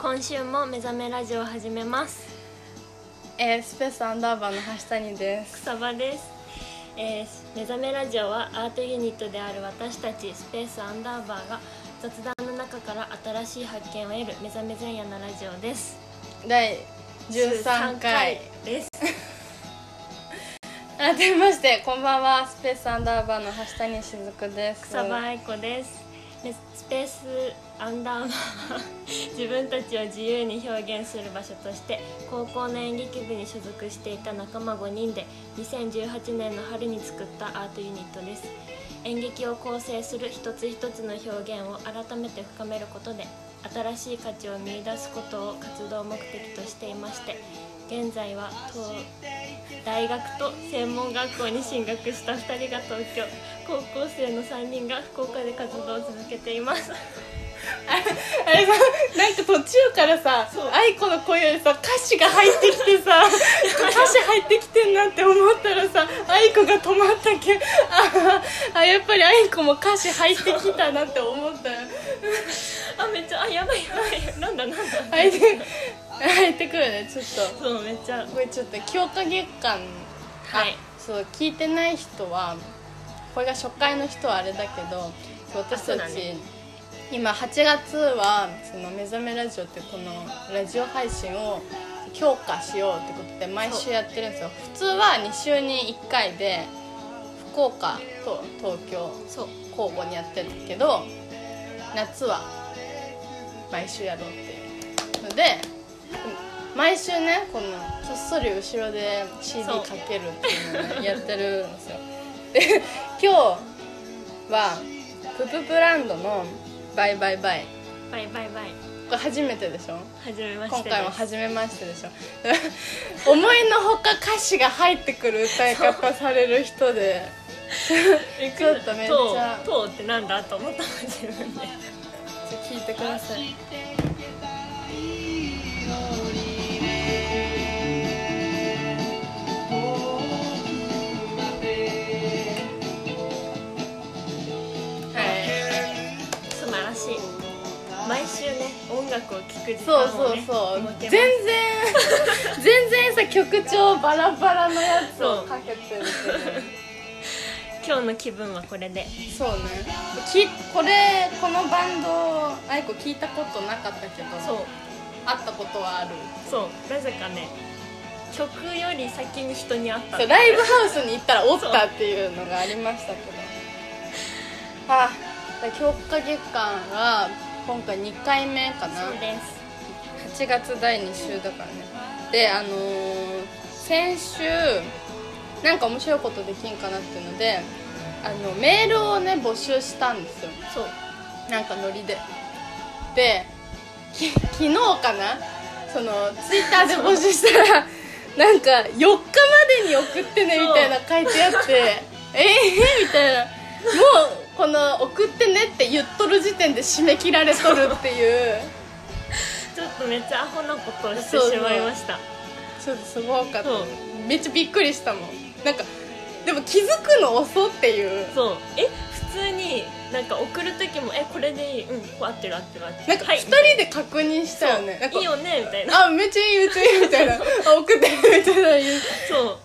今週も目覚めラジオを始めますえー、スペースアンダーバーの橋谷です草場です、えー目覚めラジオはアートユニットである私たちスペースアンダーバーが雑談の中から新しい発見を得る目覚め前夜のラジオです第13回です改めましてこんばんはスペースアンダーバーの橋谷しずくです草 場愛子ですでスペースアンダーバー自分たちを自由に表現する場所として高校の演劇部に所属していた仲間5人で2018年の春に作ったアートユニットです演劇を構成する一つ一つの表現を改めて深めることで新しい価値を見出すことを活動目的としていまして現在は東大学と専門学校に進学した2人が東京高校生の3人が福岡で活動を続けています あれさなんか途中からさ愛子の声よりさ歌詞が入ってきてさ歌詞入ってきてんなって思ったらさ愛子が止まったけんあーあやっぱり愛子も歌詞入ってきたなって思ったあめっちゃあやばいやばいなん だなんだ入って入ってくるねちょっとそうめっちゃこれちょっと強化月間はいそう聞いてない人はこれが初回の人はあれだけどそう私そうただち、ね今8月はその「目覚めラジオ」ってこのラジオ配信を強化しようってことで毎週やってるんですよ普通は2週に1回で福岡と東京そう交互にやってるけど夏は毎週やろうっていうので毎週ねこのこっそり後ろで CD そうかけるっていうのをねやってるんですよで今日はプププランドの「バイバイバイバイバイバイ」これ初めてでしょはじめまし今て回もです初めましてでしょ 思いのほか歌詞が入ってくる歌い方される人でえちょっとめっちゃとうとうってなんだと思ったの自分でちょっと聞いてくださいはい素晴らしい毎週ね音楽を聴く時そう間そをうねそう、設け全ま然す全然さ曲調バラバラのやつをそうかけてるけ今日の気分はこれでどそうねきこれこのバンド愛子聞いたことなかったけどそう会ったことはあるそうなぜかね曲より先に人に会ったそうライブハウスに行ったらおったっていうのがありましたけどああ強化月間が今回2回目かなそうです8月第2週だからねであのー先週なんか面白いことできんかなっていうのであのメールをね募集したんですよそうなんかノリででき昨日かなそのツイッターで募集したらなんか4日までに送ってねそうみたいな書いてあって ええみたいなもうこの送ってねって言っとる時点で締め切られとるっていう ちょっとめっちゃアホなことをしてそうそうしまいましたちょっとすごかったそうめっちゃびっくりしたもんなんかでも気づくの遅っていうそうえ普通になんか送る時も「えこれでいいうんこう合ってる合ってる合ってる」なんかはい2人で確認したよね、なんかいいよねみたいなあめっちゃいいめっちゃいいみたい なあ送ってみたいな言うそ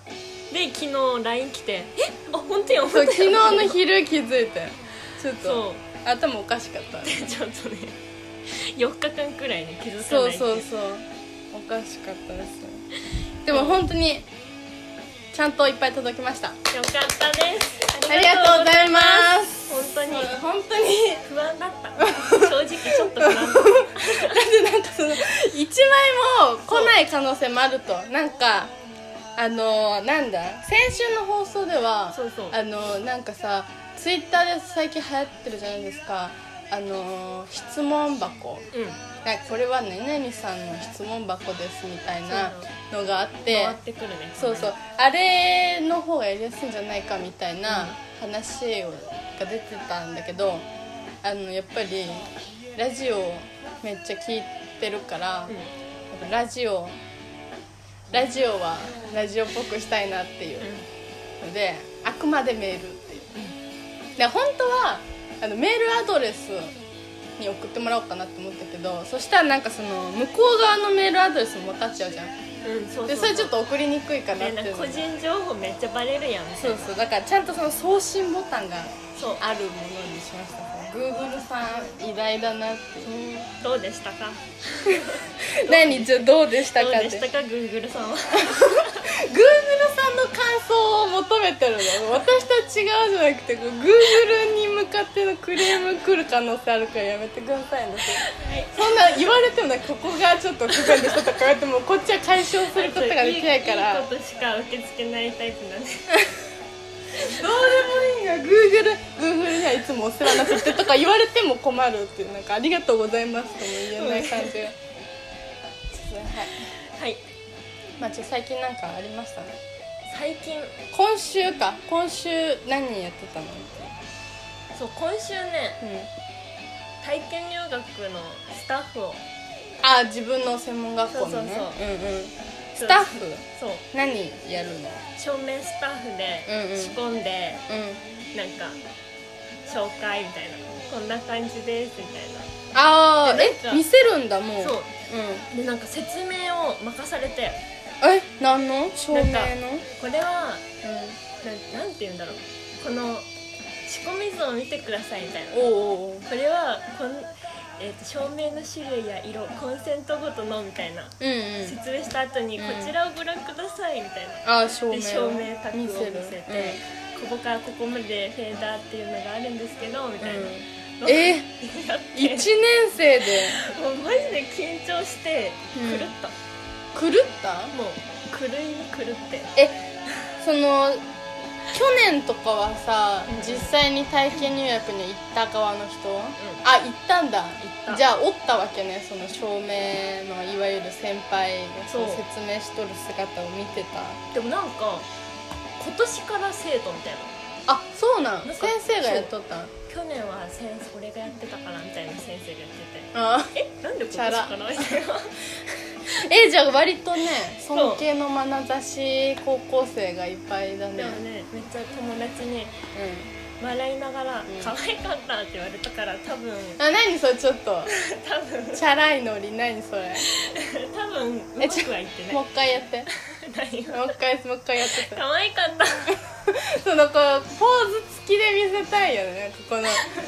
うで昨日 LINE 来て「えあ本当や本当そうや昨日の昼気づいてちょっそと頭おかしかったう でちょっとね4日間くらいね気づかそなういそうそうおかしかったですでも本当にちゃんといっぱい届きましたあよかったですりがとうございますす本当にそう本当に不安だった 正直ちょっと不安だっただってなんかその1枚も来ない可能性もあるとなんかあのなんだ先週の放送ではそうそうあのなんかさツイッターで最近流行ってるじゃないですかあの質問箱うんなんかこれはねねみさんの質問箱ですみたいなのがあっ回てってくるねそうそうあれの方がやりやすいんじゃないかみたいな話をが出てたんだけどあのやっぱりラジオめっちゃ聞いてるから、うんやっぱラジオラジオはラジオっぽくしたいなっていううのであくまでメールっていう、で本当はあのメールアドレスに送ってもらおうかなって思ったけどそしたらなんかその向こう側のメールアドレスも分かっちゃうじゃんうんそうそうでそれちょっと送りにくいかなねってなんいうかの個人情報めっちゃバレるやんそうそうだからちゃんとその送信ボタンがそうあるものにしましたね Google さん偉大だなってうんどうでしたか何じゃあどうでしたどかうってでしたか Google さんは Google さんの感想を求めてるの私と違うじゃなくて Google に向かってのクレーム来る可能性あるからやめてくださいねそんな言われてもねここがちょっと不便でしたとか言われてもこっちは解消することができないからいいことしか受け付けないタイプなんでどうでもいいが Google, Google にはいつもお世話になっててとか言われても困るっていうなんかありがとうございますとも言えない感じが、はいはいまあ、ちょ最近なんかありましたね最近今週か今週何やってたの、そう今週ねうん、体験入学のスタッフをあ自分の専門学校のねそうそううんうん、スタッフそう何やるの照明スタッフうんうんで仕込んで、うんなんか紹介みたいなこんな感じですみたいなああでなんえか見せるんだもう、そうんでなんか説明を任されてえ何の照明なのんかこれはう、なんなんて言うんだろうこの仕込み図を見てくださいみたいなんおうおうおうこれはこん、えー、と照明の種類や色コンセントごとのみたいなうんうん説明した後に、うんこちらをご覧くださいみたいなあー照明で照明パックを見せてるここからここまでフェーダーっていうのがあるんですけどみうんたいな、うん、えやって一1年生でもうマジで緊張してうん狂った、狂ったもう狂いに狂ってえその去年とかはさ、うん実際に体験入学に行った側の人、んあ行ったんだたじゃあおったわけねその照明のいわゆる先輩がそのそう説明しとる姿を見てたでもなんか今年から生徒みたいなあそうななんんか先生がやっとったん去年は先生俺がやってたからみたいな先生がやってあ てえなんで今年からみたいなえじゃあ割とねう尊敬の眼差し高校生がいっぱいだねでもねめっちゃ友達に笑いながらん「可愛かった」って言われたから多分うんあ何それちょっと多分チャラいノリ何それ 多分うまえちょくはいってなもうい一回やっても 何がう一回もう一回やってた可愛かったそのこうポーズ付きで見せたいよねなんかこの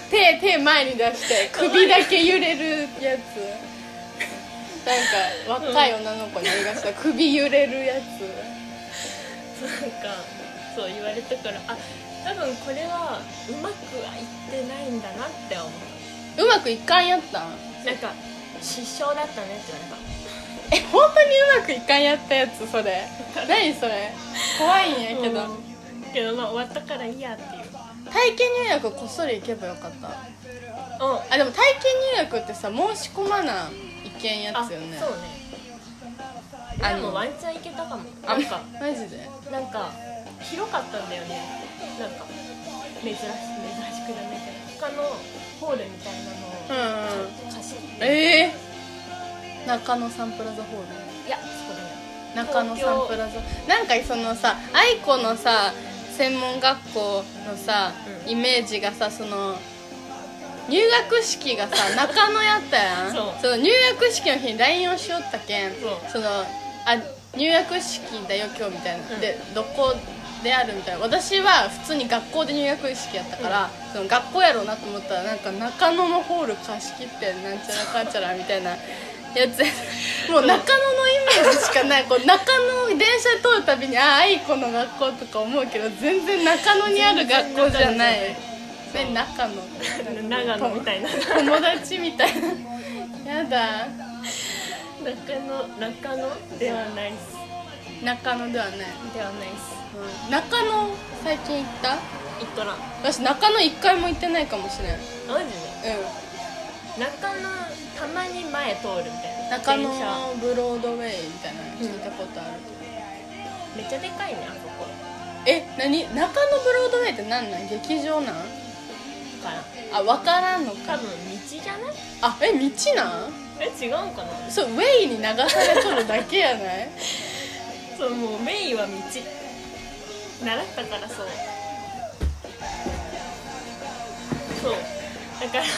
手手前に出 して首だけ揺れるやつなんか若い女の子に映画 した首揺れるやつなんかそう言われたからあ多分これはうまくはいってないんだなって思っうまくいかんやったんたなんか失笑だったねって言われたえ本当にうまくいかんやったやつそれ何それ怖いんやけど、うんけどまあ終わったからいいやっていう体験入学こっそり行けばよかったうんあでも体験入学ってさ申し込まないけんやあつよねそうねあでのもワンチャンいけたかもあなんか マジでなんか広かったんだよねなんか珍し珍しくじゃないけど他のホールみたいうんなのをうん貸し切って、えー、中野サンプラザホールいやそこでも中野サンプラザなんかそのさ愛子のさ専門学校のさ、うんイメージがさその入学式がさ中野やったやんそうの入学式の日に LINE をしよったけんそうのあ入学式だよ今日みたいな、うんでどこであるみたいな私は普通に学校で入学式やったから、その学校やろうなと思ったらなんか中野のホール貸し切ってなんちゃらかんちゃらみたいなやつ もう中野のイメージしかないこう中野電車通るたびにああ愛子の学校とか思うけど全然中野にある学校じゃないね中野長野みたいな友達みたいなやだ中野中野ではないっす中野ではない、ではないっすうん中野最近行った行っとらん私中野一回も行ってないかもしれんうマジでん中野たまに前通るみたいな中野電車ブロードウェイみたいなの聞いたことある、めっちゃでかいねあそこえ何中野ブロードウェイって何なん劇場なんからあ分からんの多か分道じゃないあえ道なんえ違うんかなそうウェイに流されとるだけやないそうもうメインは道習ったからそうそうだから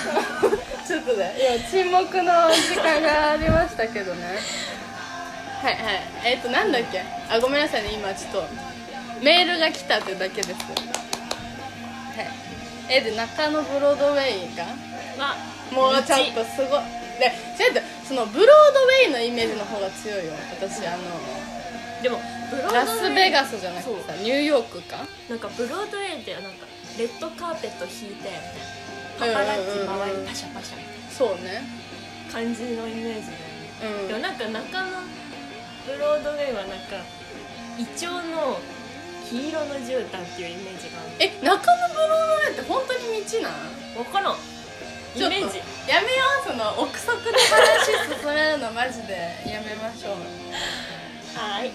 ちょっとねいや沈黙の時間がありましたけどね はいはいえっ、となんだっけあごめんなさいね今ちょっとメールが来たってだけですはいえで中野ブロードウェイがはもうちゃんとすごいでちょっとそのブロードウェイのイメージの方が強いよ私あのでもブロードウェイラスベガスじゃなくてさニューヨークかなんかブロードウェイってなんかレッドカーペット引いてうパんうんうんパラッチ周りパシャパシャみそうねたいな感じのイメージだよねうんでもなんか中野ブロードウェイはなんかイチョウの黄色の絨毯っていうイメージがあるえ中野ブロードウェイって本当に道なん分からんちイょっとメージやめようその憶測で話進めるのマジでやめましょうはい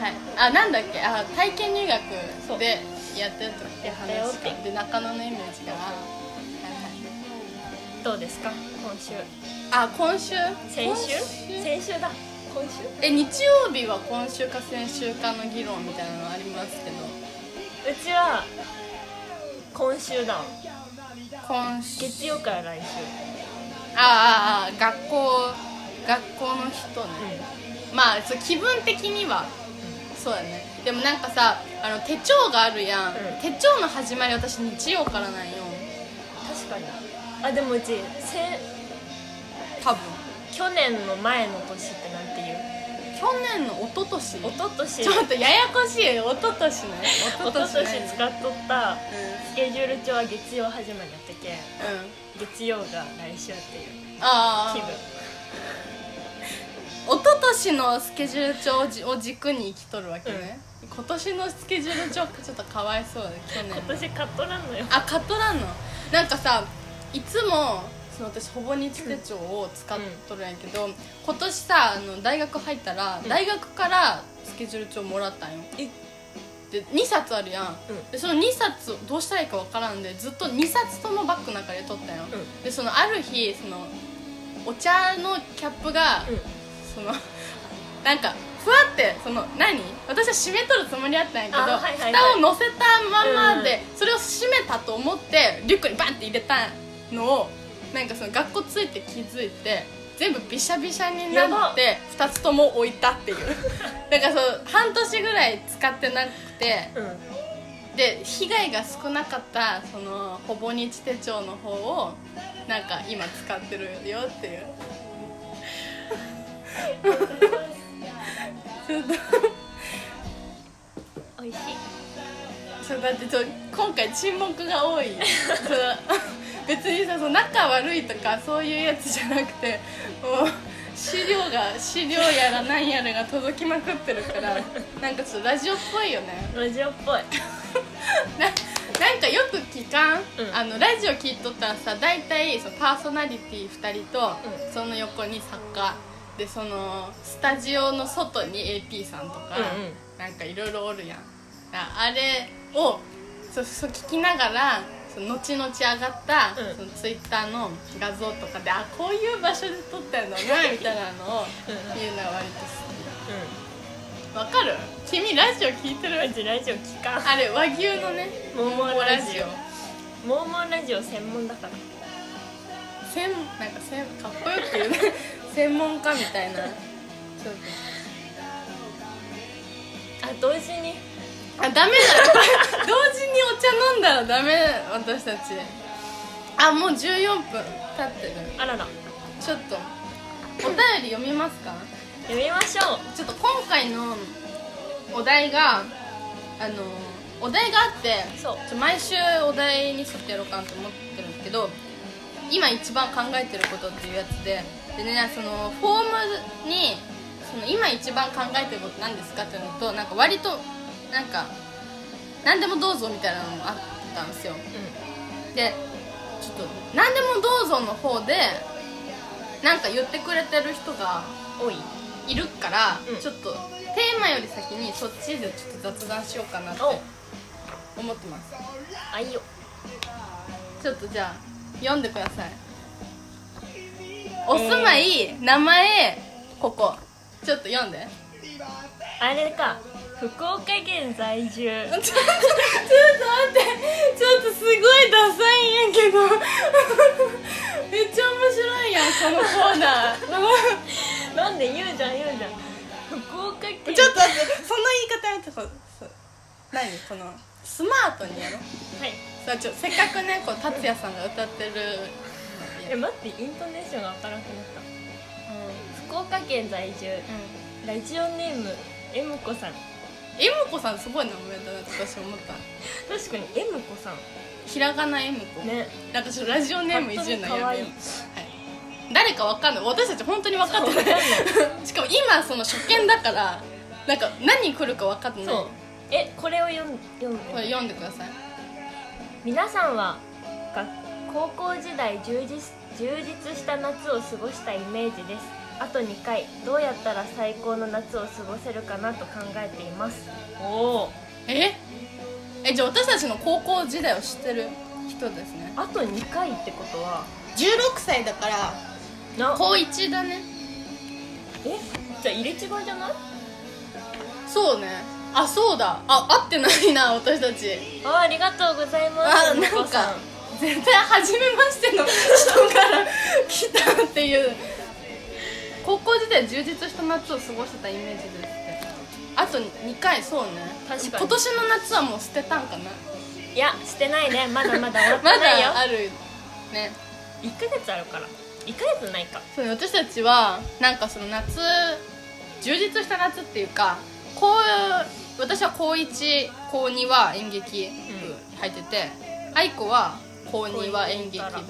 はいあなんだっけあ体験入そ学うでやってるとてやったよ話ってかで中野のイメージがどうですか今週あ今週先今週先週だ今週え日曜日は今週か先週かの議論みたいなのありますけどうちは今週だわ今週月曜から来週ああああ学校学校の人ね、うまあそう気分的にはそうだねでもなんかさあの手帳があるやん、うん手帳の始まり私日曜からなんよ確かにあでもうちせ多分去年の前の年ってなんていう去年の一昨年一昨年 ちょっとややこしい一昨年ね一昨年使うっとったスケジュール帳は月曜始まりやったけんん、うん、月曜が来週っていうああ気分一昨年のスケジュール帳をじを軸に生きとるわけね、今年のスケジュール帳ってちょっとかわいそうだね去年の今年買っとらんのよあカットランのなんかさいつもその私ほぼ日手帳を使っとるんやけど、今年さあの大学入ったら、うん大学からスケジュール帳もらったんよえで2冊あるやん、うんでその2冊どうしたらいいかわからんでずっと2冊ともバッグの中でとったんよ、うんでそのある日そのお茶のキャップが、そのなんかふわってその何私は閉めとるつもりやったんやけど、あはいはいはい蓋を乗せたままで、それを閉めたと思ってリュックにバンって入れたのをなんかその学校ついて気づいて全部びしゃびしゃにやなばって2つとも置いたっていう だからそう半年ぐらい使ってなくてうんうんで被害が少なかったそのほぼ日手帳の方をなんか今使ってるよっていうちょっと美味しいそうだってちょ今回沈黙が多いそう 別にさその仲悪いとかそういうやつじゃなくてもう資料が資料やら何やらが届きまくってるからなんかちょっとラジオっぽいよねラジオっぽい ななんかよく聞かん、うんあのラジオ聞いとったらさ大体そのパーソナリティ2人と、うんその横に作家でそのスタジオの外に AP さんとか、うんうんなんかいろいろおるやんああれをそうそう聞きながらその後々上がった、うんそのツイッターの画像とかであこういう場所で撮ったんだなみたいなのをうんうん言うのが割と好きわかる君ラジオ聞いてうんうるちラジオ聞かんあれ和牛のねモーモーラジオモモーモーーモーラジオ専門だから専なんか専かっこよく言うね専門家みたいなちょっあ同時にとあダメだ同時にお茶飲んだらダメ私たちあもう14分経ってるあららちょっとお便り読みますか読みましょうちょっと今回のお題があのお題があってそうちょ毎週お題に沿ってやろうかなと思ってるんですけど今一番考えてることっていうやつででねそのフォームにその今一番考えてることなんですかっていうのとなんか割となんか何でもどうぞみたいなのもあったんですようでちょっと何でもどうぞの方でなんか言ってくれてる人がん多いいるから、うんちょっとテーマより先にそっちでちょっと雑談しようかなってお思ってますあいいよちょっとじゃあ読んでください お住まい、名前ここちょっと読んでえあれか福岡県在住ちょっと待ってちょっとすごいダサいんやけど めっちゃ面白いやんこのコー ナーなんで言うじゃん言うじゃん福岡県ちょっと待ってその言い方やってこそ何このスマートにやろはいさあちょせっかくねこう達也さんが歌ってるのえや待ってイントネーションがわからなくなった福岡県在住うラジオネーム M 子さんん、M 子さんすごい名前だなって私思った確かに M 子さんひらがな M 子ねなんかちょっとラジオネームいじるのやめよう、可は愛いい、誰かわかんない私たち本当に分かってないそうわ しかも今その初見だからなんか何来るか分かってないそうえこれを読ん読むこれ読んでください皆さんはが高校時代充実充実した夏を過ごしたイメージですあと2回どうやったら最高の夏を過ごせるかなと考えていますおおええじゃあ私たちの高校時代を知ってる人ですねあと2回ってことは16歳だからな高1だねえじゃあ入れ違いじゃないそうねあそうだあ合ってないな私たちあありがとうございますあ猫なんさか絶対初めましての人から来たっていう高校時代充実した夏を過ごしてたイメージですってあと2回そうね確かに今年の夏はもう捨てたんかないやしてないねま だまだ終わってまないよだあるね1ヶ月あるから1ヶ月ないかそうね私たちはなんかその夏充実した夏っていうかこう私は高1高2は演劇部入ってて、愛子は高2は演劇部だね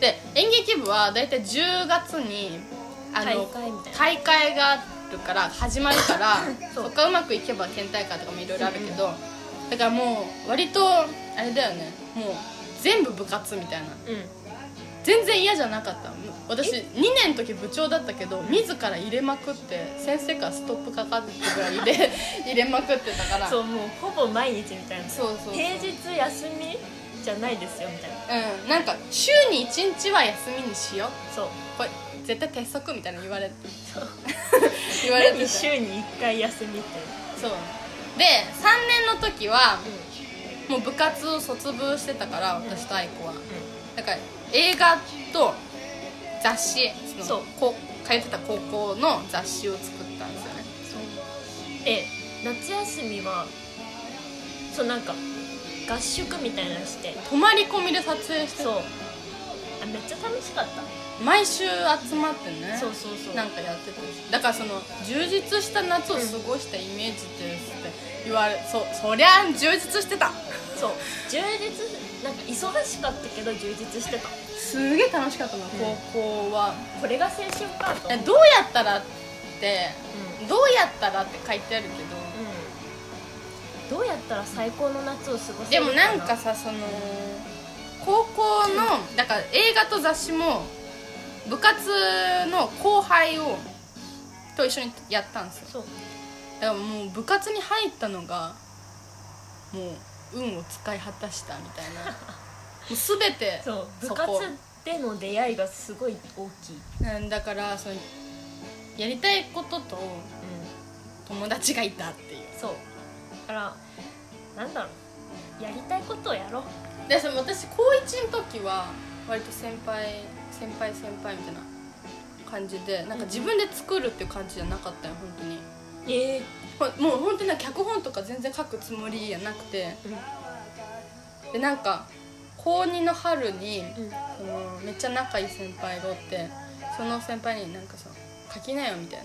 で演劇部は大体10月にあの大会みたいな大会があるから始まるから そそうこがうまくいけば県大会とかもいろいろあるけど、だからもう割とあれだよねもう全部部活みたいなうん全然嫌じゃなかった私2年の時部長だったけど自ら入れまくって先生からストップかかってくるぐらい入れ 入れまくってたからそううもうほぼ毎日みたいなそうそうそう平日休みじゃないですよみたいなうんなんか週に1日は休みにしようそうこれ絶対鉄則みたいなの言われてそう言われて何たそう 週に1回休みってで3年の時はもう部活を卒部してたから私と愛子はだから映画と雑誌そうこう通ってた高校の雑誌を作ったんですよねで夏休みはそうなんか合宿みたいなのして泊まり込みで撮影してたそうあめっちゃ楽しかった毎週集まってねそうそうそうなんかやっててだからその充実した夏を過ごしたイメージですって言われそうそりゃあ充実してたそう充実なんか忙しかったけど充実してたすげえ楽しかったの、高校はこれが青春かとえ思うどうやったらってどうやったらって書いてあるけどうん、どうやったら最高の夏を過ごせでるもなんかさその高校のだから映画と雑誌も部活の後輩をと一緒にやったんですよそうだからもう部活に入ったのがもう運を使い果たしたみたい なもう全てそう部そ活こでの出会いがすごい大きい、うんだからそのやりたいことと友達がいたっていうそうだからなんだろうやりたいことをやろうでその私高1の時は割と先輩先輩先輩みたいな感じでなんか自分で作るっていう感じじゃなかったよ本当にええほんもう本当になんか脚本とか全然書くつもりじゃなくてでなんか高2の春に、うんうんそのめっちゃ仲いい先輩がおってその先輩になんかさ書きなよみたい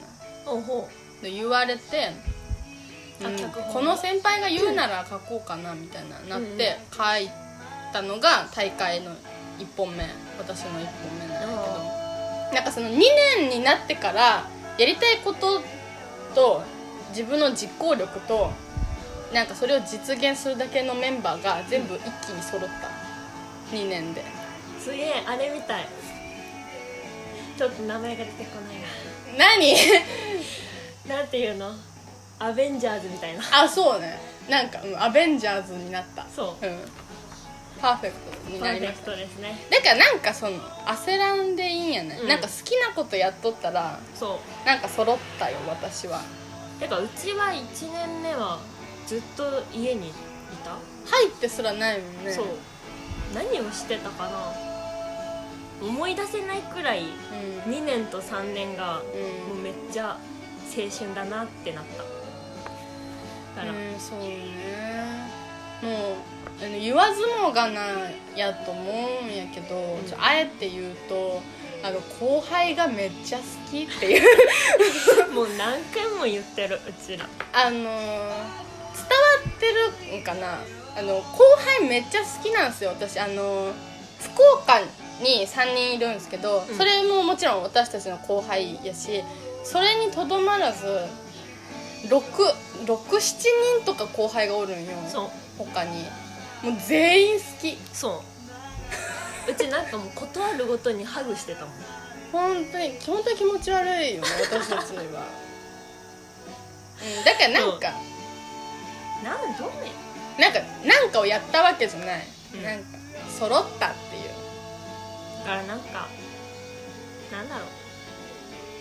なほうほの言われて、あうん脚本この先輩が言うなら書こうかなみたいななっうんて書いたのが大会の1本目私の1本目なんだけどなんかその2年になってからやりたいことと自分の実行力となんかそれを実現するだけのメンバーが全部一気に揃った2年で。うすげえあれみたいちょっと名前が出てこない何ななんていうのアベンジャーズみたいなあそうねなんか、うん、アベンジャーズになったそうんパーフェクトにパなーりフまェしクたトですねだからなんかその焦らんでいいんやね、うんなんか好きなことやっとったらそなんか揃ったよ私はうてかうちは1年目はずっと家にいた、入ってすらないもんねそう何をしてたかな思い出せないくらいうん2年と3年がうんもうめっちゃ青春だなってなったから、うんそうねもうあの言わずもがなやと思うんやけど、んちょあえて言うとあの後輩がめっちゃ好きっていうもう何回も言ってるうちらあのー伝わってるんかなあの後輩めっちゃ好きなんですよ私あのー福岡に3人いるんですけど、うんそれももちろん私たちの後輩やしそれにとどまらず667人とか後輩がおるんよそう他にもう全員好きそううちなんかもう断るごとにハグしてたもん本当に本当に気持ち悪いよね私た ちには、うん、だからなんか、なんどうねなんかなんかをやったわけじゃない、うんなんか揃ったっていうだからなんかなんだろう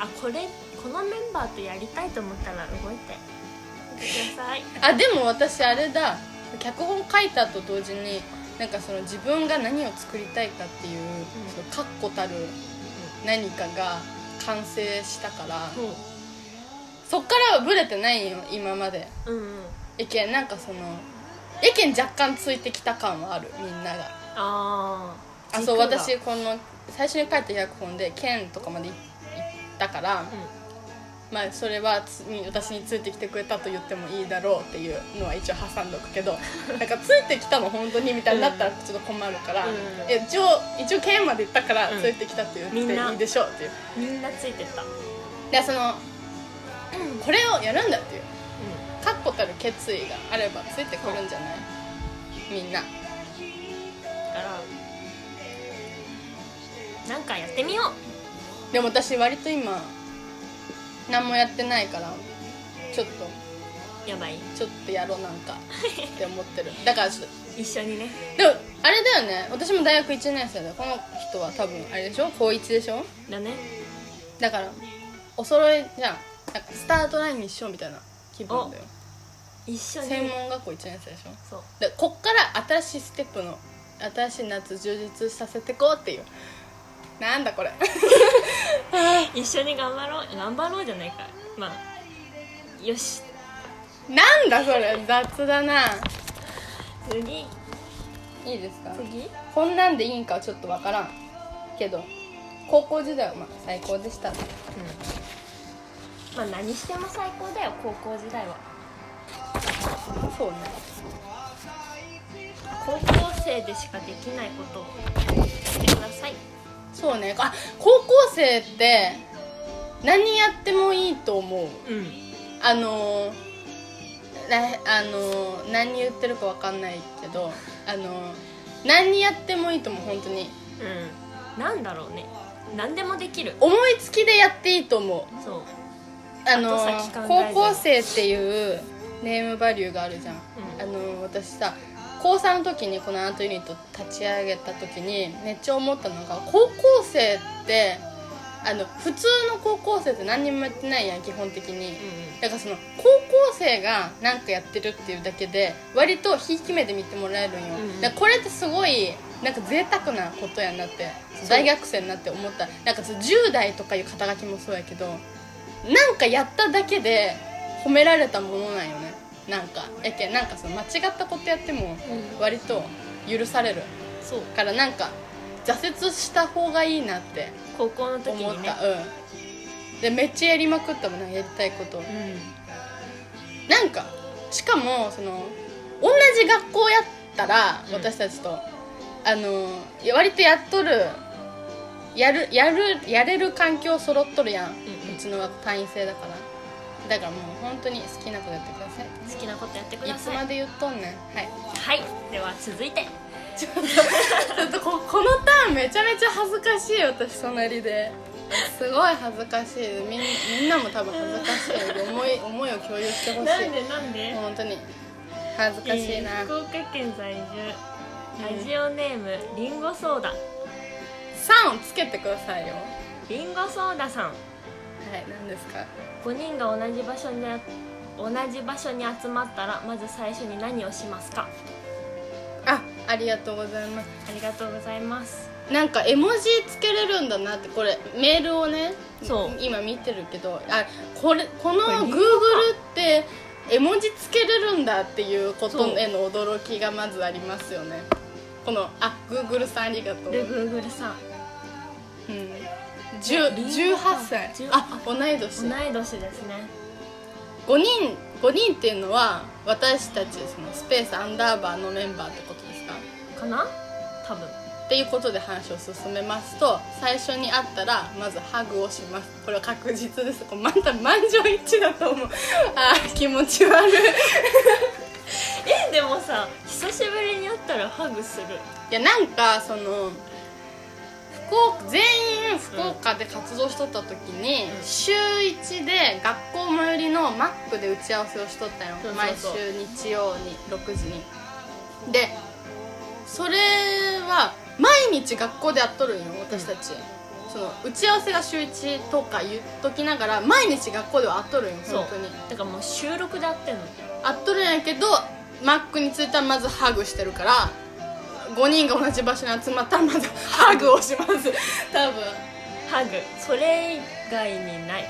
あこれこのメンバーとやりたいと思ったら動いてくださ いあでも私あれだ脚本書いたと同時になんかその自分が何を作りたいかっていう、その確固たる何かが完成したから、そっからはブレてないよ今までうんうんうん意見なんかその意見若干ついてきた感はあるみんながあーあそう軸が私この最初に書いた脚本で県とかまで行ったから、うまあ、それはつに私についてきてくれたと言ってもいいだろうっていうのは一応挟んどく けどなんかついてきたの本当にみたいになったらちょっと困るから、うんえ一応一応県まで行ったからうんついてきたって言みんっなていいでしょうっていう、んみんなついてたうんでそのこれをやるんだっていうう確固たる決意があればついてくるんじゃないみんなだからなんかやってみようでも私割と今何もやってないからちょっとやばいちょっとやろうなんかって思ってるだからちょっと一緒にねでもあれだよね私も大学1年生だよこの人は多分あれでしょ高1でしょだねだからお揃いじゃんなんかスタートライン一緒みたいな気分だよ一緒に専門学校1年生でしょそうでこっから新しいステップの新しい夏充実させてこうっていうなんだこれ 一緒に頑張ろう頑張ろうじゃないかまあよしなんだそれ雑だな次いいですか次こんなんでいいんかはちょっとわからんけど高校時代はまあ最高でしたまあ何しても最高だよ高校時代はそうね高校生でしかできないことをしてくださいそうねあ高校生って何やってもいいと思ううんあのーなあのー何言ってるかわかんないけどあのー何やってもいいと思う本当にうんなんだろうね何でもできる思いつきでやっていいと思うそうあの後先考えず高校生っていうネームバリューがあるじゃん、うんあの私さ高3の時にこのアートユニット立ち上げた時にめっちゃ思ったのが高校生ってあの普通の高校生って何にもやってないやん基本的に、うだからその高校生が何かやってるっていうだけで割とひいき目で見てもらえるんよ、うんだからこれってすごいなんか贅沢なことやなってそう大学生になって思ったなんかその10代とかいう肩書きもそうやけどなんかやっただけで褒められたものなんよねなんかやけんなんかその間違ったことやってもん、割と許されるそうからなんか挫折した方がいいなって高校の時思っにねた、うんでめっちゃやりまくったもんなんかやりたいこと、うなんかしかもその同じ学校やったらうん私たちと、あのいや割とやっとるやるやるやれる環境揃っとるやん、ううんうんちの学単位制だからだからもう本当に好きなことやってくださいん好きなことやってくいだつさいまで言っとんねんはいはいでは続いてちょっと ちょっとここのターンめちゃめちゃ恥ずかしい私隣ですごい恥ずかしいみんみんなも多分恥ずかしい思い思いを共有してほしいなんで本当に恥ずかしいな、えー福岡県在住うんラジオネームりんごソーダ3をつけてくださいよりんごソーダさんははい何ですか5人が同じ場所に同じ場所に集まったらまず最初に何をしますかあありがとうございますありがとうございますなんか絵文字つけれるんだなってこれメールをねそう今見てるけどあこれこのこれ Google 見たって絵文字つけれるんだっていうことそうへの驚きがまずありますよねこのあ Google さんありがとう、で Google さんうん、10 18歳18あ同い年同い年ですね5人5人っていうのは私たちそのスペースアンダーバーのメンバーってことですかかな多分っていうことで話を進めますと最初に会ったらまずハグをしますこれは確実ですこれまた満場一致だと思うあー気持ち悪いいえでもさ久しぶりに会ったらハグするやなんかその福岡全員福岡で活動しとった時に、うん週1で学校最寄りのマックで打ち合わせをしとったよそうそうそう毎週日曜に6時にでそれは毎日学校でやっとるんよ私たち、その打ち合わせが週1とか言っときながら毎日学校では会っとるんよそう本当にだからもう収録で会ってんの会っとるんやけどマックに着いたらまずハグしてるから5人が同じ場所に集まったらまず ハグをします多分ハグそれ以外にない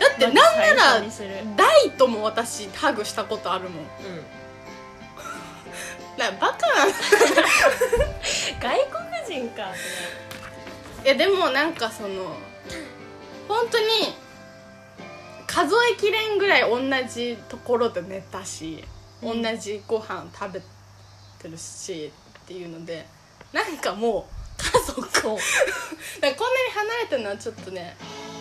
だってなんまずな最ら初にする大とも私ハグしたことあるもんうんなバカなの外国人か いやでもなんかその本当に数えきれんぐらい同じところで寝たし、うん同じご飯食べてるしっていうのでなんかもう家族だかそうらこんなに離れてるのはちょっとね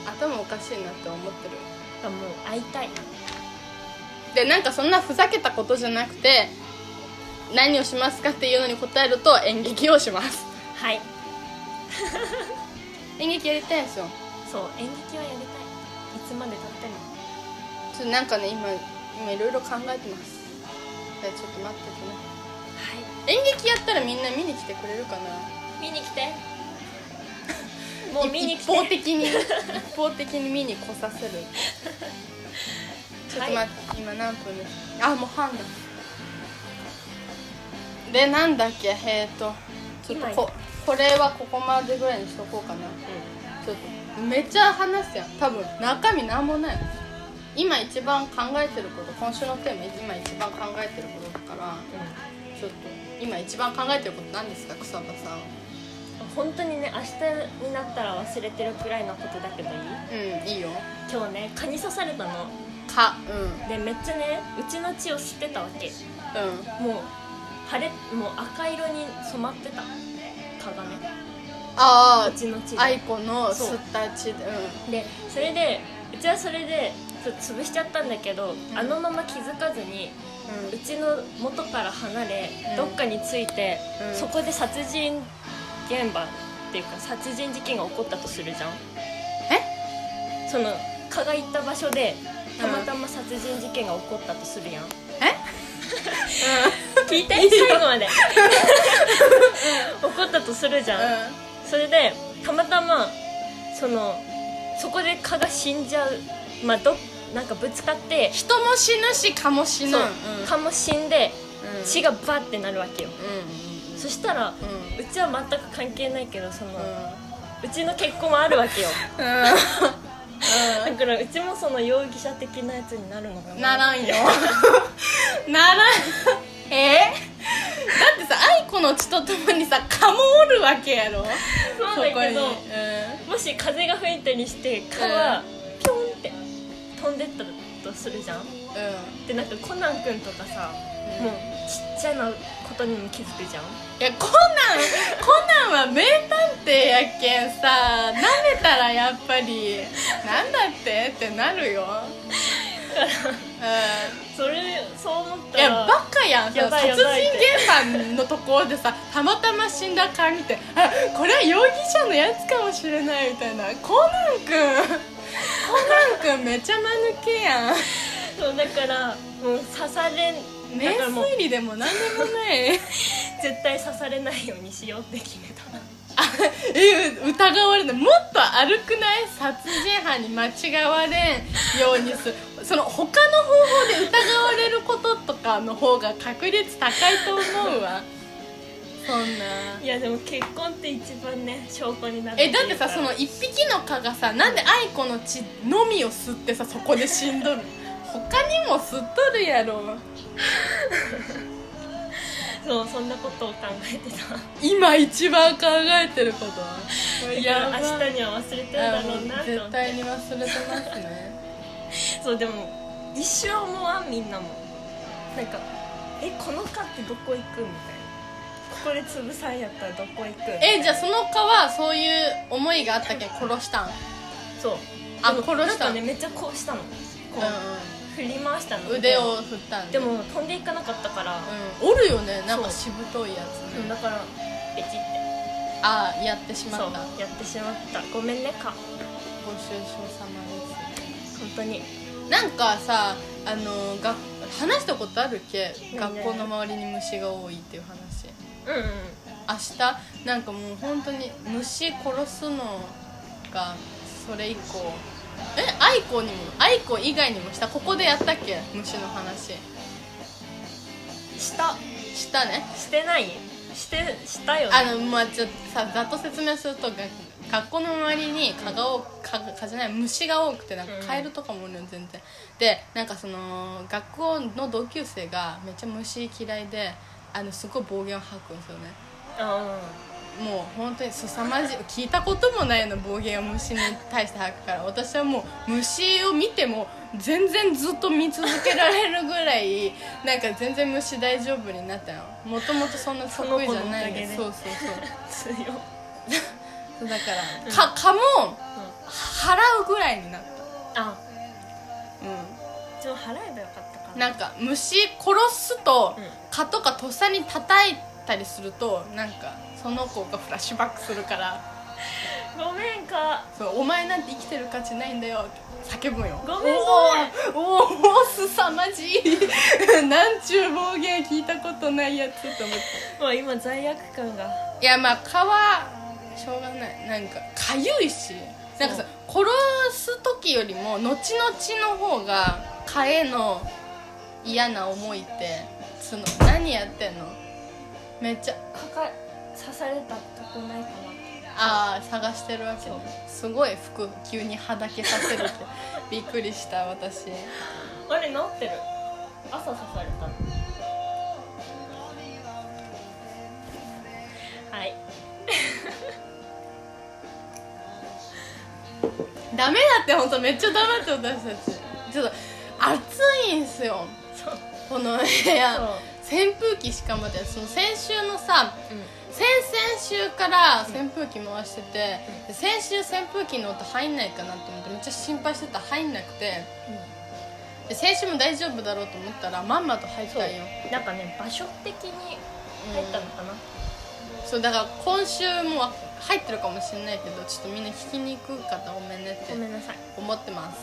頭おかしいなって思ってるだからもう会いたいでなんかそんなふざけたことじゃなくて何をしますかっていうのに答えると演劇をしますはい演劇やりたいんですよそう演劇はやりたいいつまでたってもちょっとなんかね今今いろいろ考えてますじゃあちょっと待っててはね演劇やったらみんな見に来てくれるかな見いに来て もう見に来一て方的に一方的に見に来させるちょっと待って、今何分ですあもう半だでなんだっけえっ、とちょっとここれはここまでぐらいにしとこうかなちょっとめっちゃ話すやん多分中身なんもない今一番考えてること今週のテーマ今一番考えてることだからちょっと今一番考えてること何ですか草場さんうん本当にね明日になったら忘れてるくらいのことだけどいいうんいいよ今日ね蚊に刺されたのかうでめっちゃねうちの血を吸ってたわけんうんもう腫れもう赤色に染まってた蚊がねあうちの血あアイでコのそう吸った血でうんでそれでうちはそれでちょっと潰しちゃったんだけど、んあのまま気づかずにうちの元から離れ、うんどっかについて、うんそこで殺人現場っていうか殺人事件が起こったとするじゃんえその蚊が行った場所でたまたま殺人事件が起こったとするやん、聞いて最後まで 起こったとするじゃん、うそれでたまたまそのそこで蚊が死んじゃうまあどなんかぶつかってん人も死ぬし蚊も死ぬそううん蚊も死んでうん血がバッてなるわけよ、うんうんそしたらうんうんうちは全く関係ないけどその、ううんちの結婚はあるわけようんだからうちもその容疑者的なやつになるのかなならんよならんえだってさ愛子の血とともにさ蚊もおるわけやろそうだけどそこにうもし風が吹いたりして蚊はピョンって飛んでったとするじゃんんうんでなんかコナン君とかさ、もうちっちゃなことにも気づくじゃんいやコナンコナンは名探偵やけんさなめたらやっぱりなんだってってなるようそれそう思っんいたらやバカやんさやばいや殺ばいって人現場のところでさたまたま死んだ顔見てあこれは容疑者のやつかもしれないみたいなコナンくんコナンくんめちゃ間抜けやんそうだからもう刺されんだ名からもう推理でもなんでもない絶対刺されないようにしようって決めたあえ疑われないもっと悪くない殺人犯に間違われんようにするその他の方法で疑われることとかの方が確率高いと思うわそんないやでも結婚って一番ね証拠になってえだってさその一匹の蚊がさなんで愛子の血のみを吸ってさそこで死んどる他にも吸っとるやろそうそんなことを考えて た今一番考えてることいや明日には忘れてんだろうなあもうと思っ絶て対に忘れてますねそうでも一生思わんみんなもなんか「えこの蚊ってどこ行く?」みたいな「ここで潰さんやったらどこ行く?」えじゃあその蚊はそういう思いがあったけん殺したんそうあでも殺したなんかねめっちゃこうしたのこう、振り回したのうん、腕を振ったんでも飛んでいかなかったから、うん、おるよねなんかしそぶといやつ、うんねだからペチってああやってしまそっうたご愁やってしまったごめんね蚊傷様です本当になんかさあのが話したことあるっけ何学校の周りに虫が多いっていう話うんうん明日なんかもう本当に虫殺すのがそれ以降え愛子にも愛子以外にもしたここでやったっけ虫の話したしたねしてないしてしたよねあのまあちょっとさざっと説明するとが学校の周りに蚊が多く蚊が蚊じゃない虫が多くてなんかうんカエルとかもいるの全然でなんかその学校の同級生がめっちゃ虫嫌いであのすごい暴言を吐くんですよねあもう本当に凄まじい聞いたこともないような暴言を虫に対して吐くから私はもう虫を見ても全然ずっと見続けられるぐらいなんか全然虫大丈夫になったのもともとそんな得意じゃないんでそその子のおうそうそう強いそうだから、うんか蚊もうん払うぐらいになったあう一応払えばよかったかんななんか虫殺すと、うん蚊とかとっさに叩いたりするとなんかその子がフラッシュバックするからごめんか「そうお前なんて生きてる価値ないんだよ」って叫ぶんよごめんおおーおおすさまじい なんちゅう暴言聞いたことないやつと思ってもう今罪悪感がいやまあ蚊はしょうがないなんかかゆいしなんかさ殺す時よりも後々の方が蚊への嫌な思いってその何やってんのめっちゃかか刺されたことないかああ探してるわけねすごい服急にはだけさせ るってびっくりした私なあれ治ってる朝刺されたはいダメだって本当めっちゃ黙って私たちちょっと暑いんすよそうこの部屋そう扇風機しかまってその先週のさう先々週から扇風機回してて、で先週扇風機の音入んないかなと思ってめっちゃ心配してた入んなくてん、で先週も大丈夫だろうと思ったらまんまと入ったんようん、なんかね場所的に入ったのかな、そうだから今週も入ってるかもしれないけどちょっとみんな聞きにくかったらごめんねってごめんなさい思ってます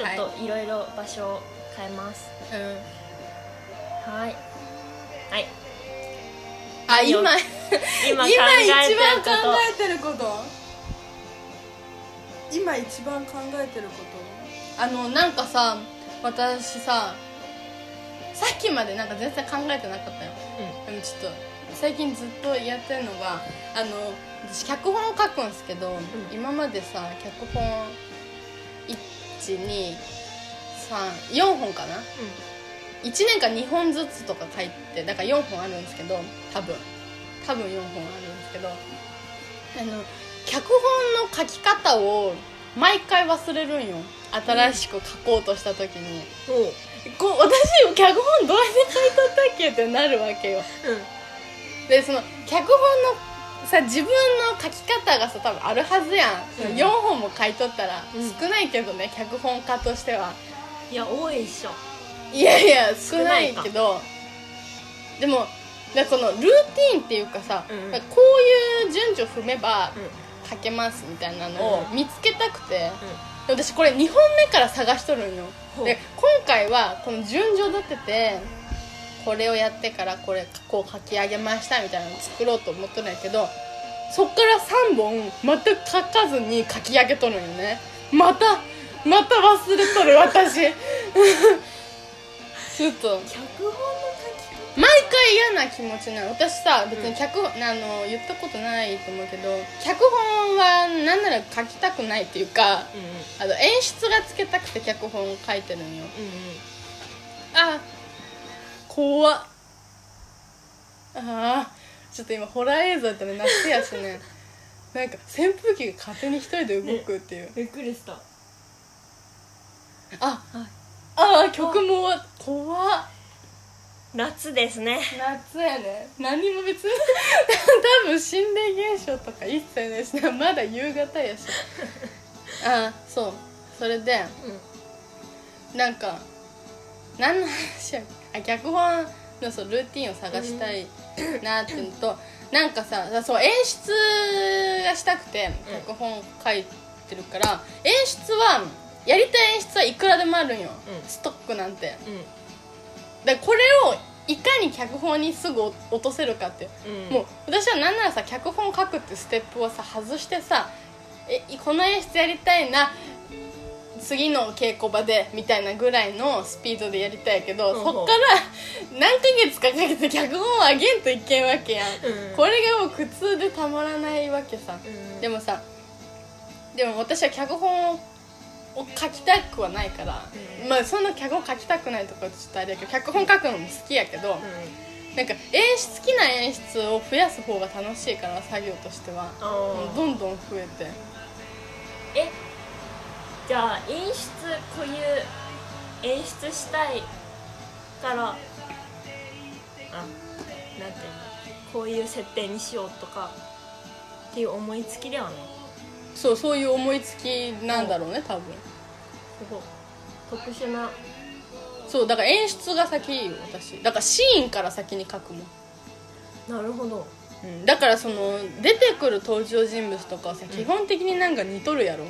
ちょっといろいろ場所を変えますうんはい はいあいいよ今今今考一えてる番こ考とえてること今一番考えてることあのなんかさ私ささっきまでなんか全然考えてなかったよでもちょっと最近ずっとやってるのがあの私脚本を書くんですけど、今までさ脚本1234本かな1年間2本ずつとか書いてだから4本あるんですけど多分多分4本あるんですけどあの脚本の書き方を毎回忘れるんよ新しく書こうとした時に、うんおうこう私脚本どうやって書いとったっけってなるわけよでその脚本のさ自分の書き方がさ多分あるはずやん、うん4本も書いとったら、うん少ないけどね脚本家としてはうんいや多いっしょいやいや少ないけどでもだからこのルーティンっていうかさ、うんうんだからこういう順序踏めばうん書けますみたいなのをうん見つけたくて、うんで私これ2本目から探しとるんよほうで今回はこの順序立ててこれをやってからこれこう書き上げましたみたいなのを作ろうと思っとるんやけどそっから3本全く書かずに書き上げとるんよねまたまた忘れとる私 ちょっ脚と本の書き毎回嫌な気持ちなの私さ別に脚本、あの言ったことないと思うけど脚本はなんなら書きたくないっていううんうかんあの演出がつけたくて脚本を書いてるんようあ怖っあーちょっと今ホラー映像だったね夏やしね なんか扇風機が勝手に一人で動くっていう、んうんびっくりしたあはいあー曲も終わっ怖っ夏ですね夏やね何も別に 多分心霊現象とか一切ないしなまだ夕方やしあーそうそれでうなんか何の話やっけあ脚本のそうルーティンを探したいなっていうのと、なんかさそう演出がしたくてうん脚本書いてるから、演出はやりたい演出はいくらでもあるんよ、うんストックなんてんうんでこれをいかに脚本にすぐ落落とせるかっていううんもう私はなんならさ脚本書くってステップをさ外してさえこの演出やりたいな次の稽古場でみたいなぐらいのスピードでやりたいけど、うんうんそっから何ヶ月かかけて脚本を上げんといけんわけやん、うんこれがもう苦痛でたまらないわけさ、うんでもさでも私は脚本を書きたくはないから、うんまあそんな脚本書きたくないとかちょっとあれやけど脚本書くのも好きやけど、うんなんか演出好きな演出を増やす方が楽しいから作業としてはあーどんどん増えてえじゃあ演出こういう演出したいからあなんていうのこういう設定にしようとかっていう思いつきではないそうそういう思いつきなんだろうね多分すごい特殊なそうだから演出が先よ私だからシーンから先に書くもん、なるほどうん、だからその出てくる登場人物とかはさ基本的になんか似とるやろ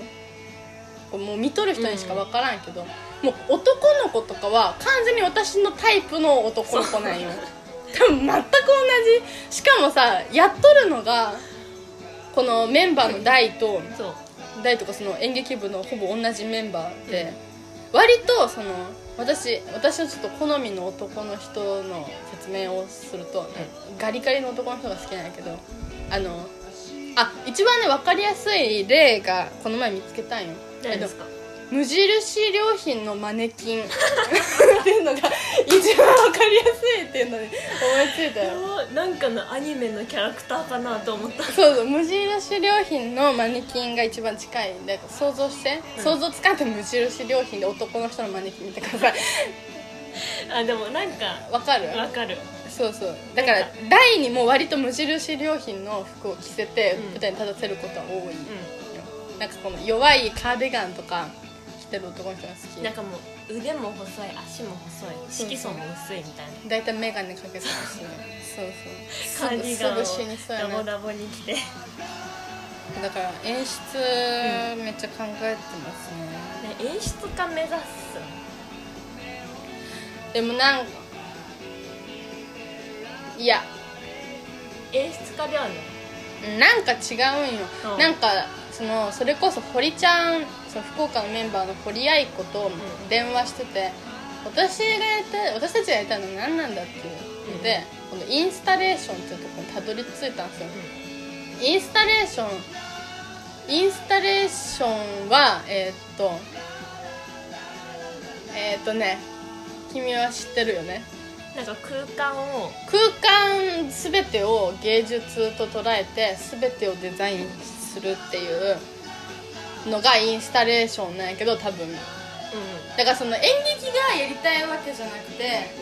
こうもう見とる人にしか分からんけど、もう男の子とかは完全に私のタイプの男の子なん よ多分全く同じしかもさやっとるのがこのメンバーの大とそう大とかその演劇部のほぼ同じメンバーで、割とその私私のちょっと好みの男の人の説明をすると、ガリガリの男の人が好きなんやけどあのあ一番ね分かりやすい例がこの前見つけたんよ誰ですかえっと無印良品のマネキン っていうのが一番分かりやすいっていうのに思いついたよなんかのアニメのキャラクターかなと思ったそうそう無印良品のマネキンが一番近いんで想像して、うん想像つかんと無印良品で男の人のマネキン見てくだ さいあでもなんかわかるわかるそうそうだから第にも割と無印良品の服を着せてうん舞台に立たせることは多い、うなんかこの弱いカーディガンとか着てる男の人がんな好んかもう腕も細い足も細い色素も薄いみたいなき大体眼鏡かけてるしねそうカそうーディガンすぐ死にそうやをなダボダボに着てねだから演出めっちゃ考えてますね、演出家目指すでもなんかいや演出家ではないなんか違うんよ、うんなんかそのそれこそ堀ちゃんその福岡のメンバーの堀愛子とん電話してて、私がやりたい私たちがやりたいのは何なんだっていうので、このインスタレーションっていうところにたどり着いたんですよ、インスタレーションインスタレーションはえーっとえーっとね君は知ってるよねなんか空間を空間全てを芸術と捉えて全てをデザインするっていうのがインスタレーションなんやけど多分だからその演劇がやりたいわけじゃなくて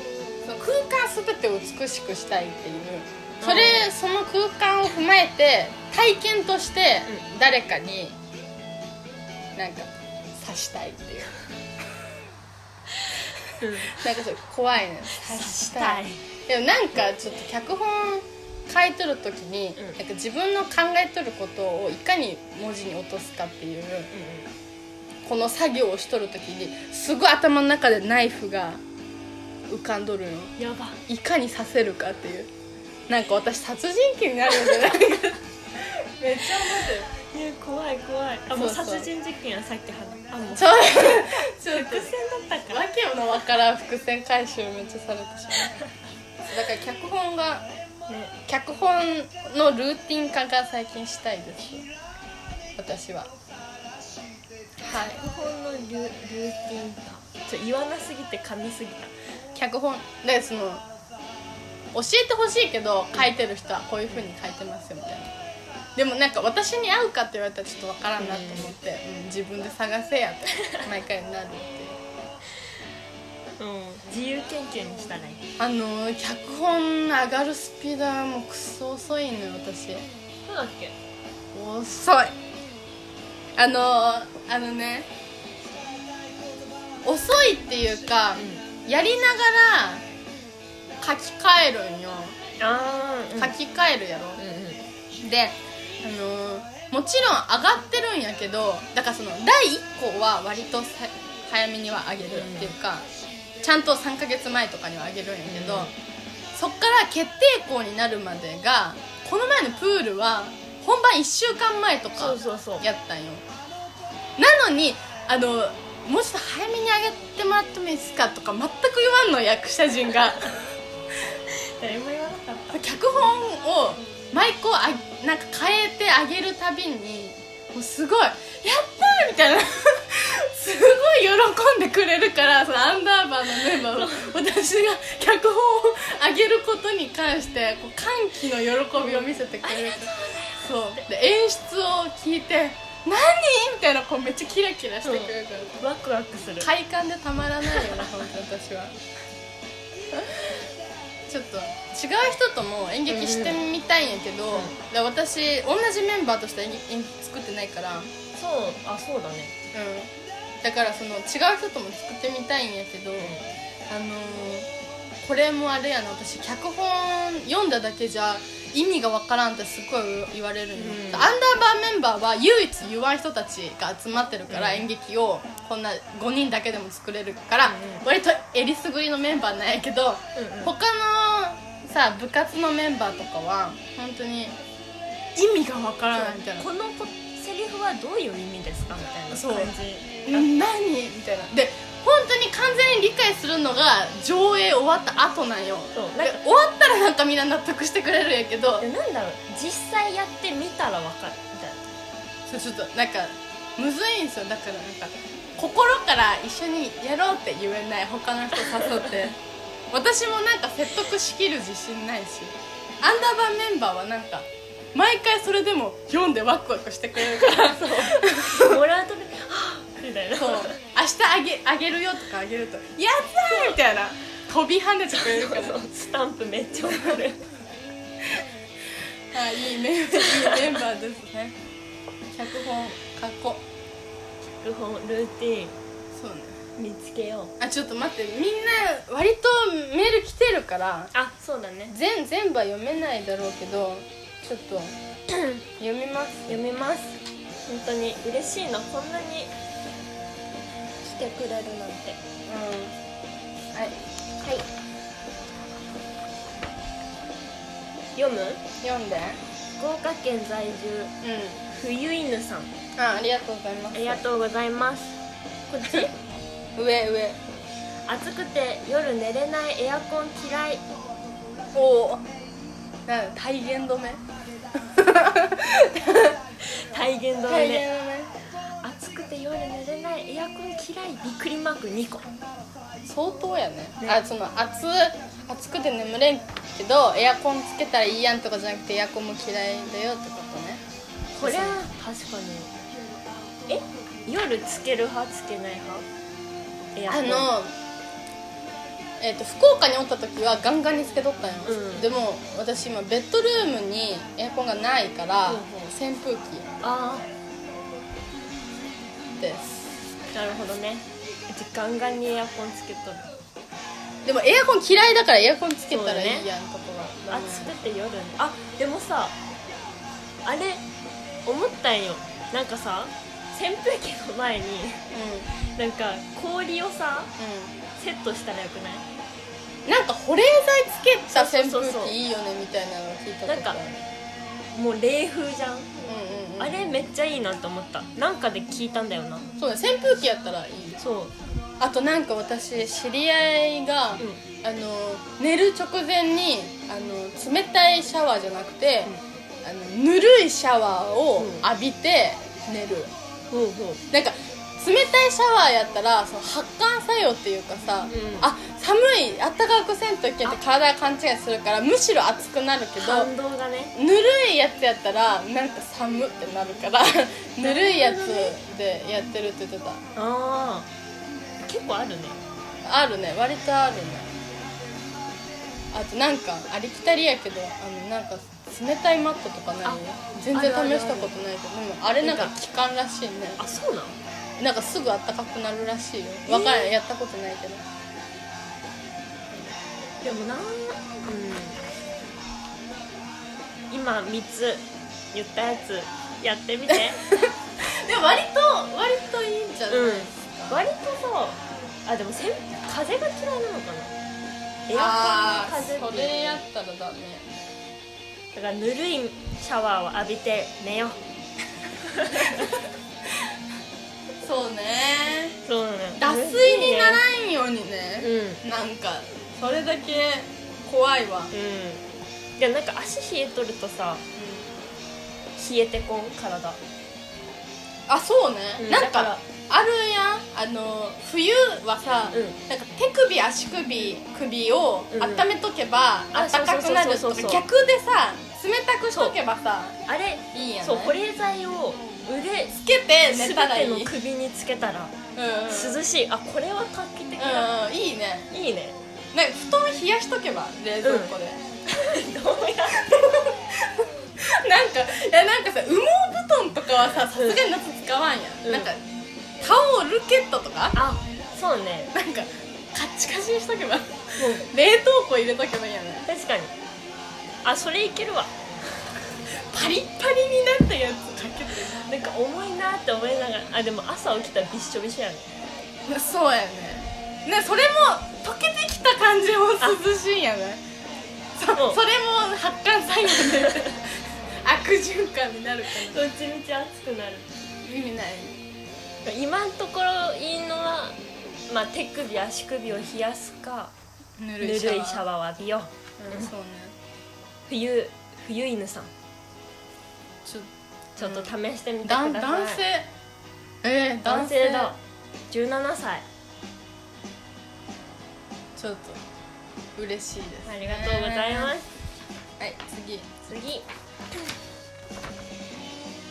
その空間全てを美しくしたいっていうそれその空間を踏まえて体験として誰かになんか刺したいっていううん、うん、なんかそれ怖いね刺したいでもなんかちょっと脚本書いとる時に、うんなんか自分の考えとることをいかに文字に落とすかっていうこの作業をしとる時にすごい頭の中でナイフが浮かんどるのやばいかに刺せるかっていうなんか私殺人鬼になるんじゃないかめっちゃ思ってるいや怖い怖いあもうそうそう殺人実験はさっき話あもうちょっと伏線だったかわらけのわからん伏線回収めっちゃされてしまうだから脚本がね脚本のルーティン化が最近したいです私ははい脚本のルルーティンかちょ言わなすぎて噛みすぎた脚本でその教えてほしいけど書いてる人はこういう風に書いてますよみたいなでもなんか私に合うかって言われたらちょっとわからんなと思って、うん自分で探せやって 毎回なるっていううん自由研究にしたらいいあのー脚本上がるスピードはもうクソ遅いのよ私そうだっけ遅いあのーあのね遅いっていうか、やりながら書き換えるんよああ、うん、書き換えるやろ、うんうんで、あのーもちろん上がってるんやけどだからその第1個は割とさ早めには上げるっていうか、ちゃんと3ヶ月前とかには上げるんやけど、うんそっから決定校になるまでがこの前のプールは本番1週間前とかそうそうそうやったんよなのにあのもうちょっと早めに上げてもらってもいいですかとか全く言わんの役者陣が。誰も言わなかっ脚本を毎個あなんか変えてあげるたびにもうすごい「やったー!」みたいな すごい喜んでくれるからそのアンダーバーのメンバーを私が脚本をあげることに関してこう歓喜の喜びを見せてくれるそうで演出を聞いて「何?」みたいなこうめっちゃキラキラしてくれるから、たワクワクする快感でたまらないよね本当に私はちょっと違う人とも演劇してみたいんやけど、うんで私同じメンバーとして演劇演劇作ってないから、うん、そうあそうだねだからその違う人とも作ってみたいんやけど、あのーこれもあれやな私脚本読んだだけじゃ意味がわからんってすごい言われるんよ、うんアンダーバーメンバーは唯一言わん人たちが集まってるから、うん演劇をこんな5人だけでも作れるから、うん割とえりすぐりのメンバーなんやけど、うんうん他のさ部活のメンバーとかは本当に意味がわからないみたいなこのこセリフはどういう意味ですかみたいなそう感じん何みたいなで本当に完全に理解するのが上映終わった後なんよそうなでんか終わったらなんかみんな納得してくれるんやけどでなんだろう実際やってみたらわかるみたいなそうちょっとなんかむずいんですよだからなんか心から一緒にやろうって言えない他の人誘って 私もなんか説得しきる自信ないしアンダーバーメンバーはなんか毎回それでも読んでワクワクして くれるからそうもらうとね「はぁみたいな明日あげあげるよとかあげると「やったー!」みたいな飛び跳ねてくれるからそうスタンプめっちゃ送るあいいメンバーいいメンバーですね脚本書こう脚 本ルーティそうねン見つけようあちょっと待ってみんな割とメール来てるからあそうだね全全部は読めないだろうけどちょっと 読みます読みます本当に嬉しいなこんなに来てくれるなんてうんはいはい読む読んで福岡県在住う冬犬さんんあありがとうございまあすりがとうございますこっち上上 暑くて夜寝れないエアコン嫌いおおなんだ体言止め体言止め体言ね止め暑くて夜寝れないエアコン嫌いびっくりマーク2個相当やねねあその暑暑くて眠れんけどエアコンつけたらいいやんとかじゃなくてエアコンも嫌いだよってことねこれは確かにえ夜つける派つけない派エアコあンのえっと福岡におった時はガンガンにつけとったんよ、うんでも私今ベッドルームにエアコンがないから、うんうん扇風機あですあなるほどねうちガンガンにエアコンつけとるでもエアコン嫌いだからエアコンつけたそうらだねいいやんとかは暑くて夜あでもさあれ思ったんよなんかさ扇風機の前にうなんか氷をさんうんセットしたらよくないなんか保冷剤つけた扇そう風そうそう機いいよねみたいなの聞いたことあなるんかもう冷風じゃんううんうんあれめっちゃいいなって思ったなんかで聞いたんだよなそうね扇風機やったらいいよそう、あとなんか私知り合いが、うあの寝る直前にあの冷たいシャワーじゃなくて、あのぬるいシャワーうをん浴びて寝る、ほうほうなんか冷たいシャワーやったらその発汗作用っていうかさ、んあ寒いあったかくせんといけんって体が勘違いするからむしろ熱くなるけど反動がねぬるいやつやったらなんか寒ってなるから ぬるいやつでやってるって言ってたああ結構あるねあるね割とあるねあとなんかありきたりやけどあのなんか冷たいマットとかないあ全然あるある試したことないけどでもあれなんかなんか期間らしいねあそうなのなんかすぐあったかくなるらしいよわからん、やったことないけどでもなうん今3つ言ったやつやってみてでも割と割といいんじゃない、うん割とそうあでもせん風が嫌いなのかなエアあコンの風あっそていうれやったらだねだからぬるいシャワーを浴びて寝ようそうねそうなの脱水にならいんようにうね、んなんかそれだけ怖いわ、うんでもなんか足冷えとるとさ冷えてこん体あそうね、うんなんだかからあるやんあの冬はさ、うんなんか手首足首首をうん温めとけばあ温かくなるそとうそうそうそうかそう逆でさ冷たくしとけばさあれいいやんねそう保冷剤を腕つけてす寝べたらいてい、うんのうん、うん首につけたら涼しいあこれは画期的だ、うんいいねいいねなんか布団冷やしとけば冷蔵庫で、 どうやなんかいやなんかさ羽毛布団とかはささすがに夏使わんや、うんん、なんかタオルケットとか あそうねなんかカッチカチにしとけばもう冷凍庫入れとけばいいやね確かにあそれいけるわパリッパリになったやつかけてなんか重いなって思いながらあでも朝起きたらびっしょびしょやねそうやねねそれも溶けてきた感じも涼しいんやねそそうそれも発汗作用で 悪循環になるかどっちみち暑くなるら意味ない今のところいいのは、まあ、手首足首を冷やすかぬぬるいシャワーを浴びよううん、そうね冬冬犬さんちょちょっと試してみてくださだい、ん男性えー、男性だ17歳ちょっと嬉しいですありがとうございますすはい次次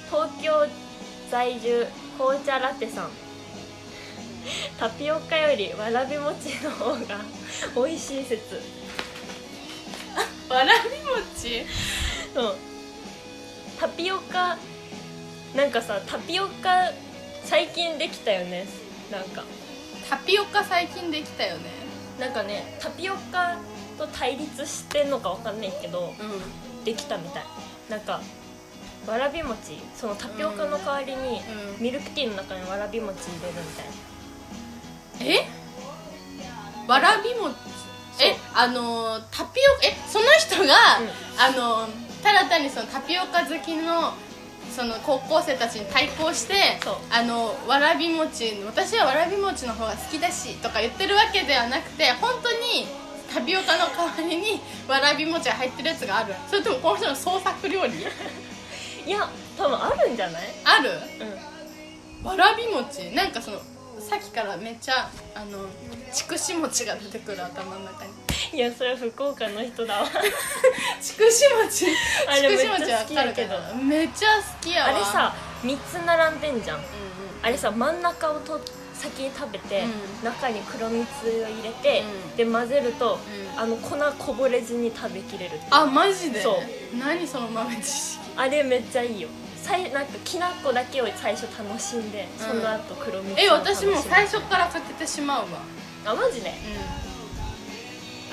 東京在住紅茶ラテさんタピオカよりわらび餅の方が美味しい説わらび餅そうタピオカなんかさタピオカ最近できたよねなんかタピオカ最近できたよねなんかねタピオカと対立してんのかわかんないけどうできたみたいなんかわらび餅そのタピオカの代わりに、ん、うん、ミルクティーの中にわらび餅入れるみたいなえわらび餅そうえあのータピオカえその人が、あのーただ単にそのタピオカ好きのその高校生たちに対抗してそうあのわらび餅私はわらび餅の方が好きだしとか言ってるわけではなくて本当にタピオカの代わりにわらび餅が入ってるやつがあるそれともこの人の創 作料理いや多分あるんじゃないあるうわらび餅なんかそのさっきからめっちゃあのちくし餅が出てくる頭の中にんいやそれは福岡の人だわちくし餅ちあれくし餅わかめるっちゃ好けきどやけめっちゃ好きやわあれさ3つ並んでんじゃんうあれさ真ん中をと先に食べて、うん中に黒蜜を入れて、うんで混ぜると、うんあの粉こぼれずに食べきれるんうんあマジでそ何その豆知識あれめっちゃいいよさいなんかきな粉だけを最初楽しんで、うんその後黒蜜を楽しむえ私もう最初からかけてしまうわあマジでうん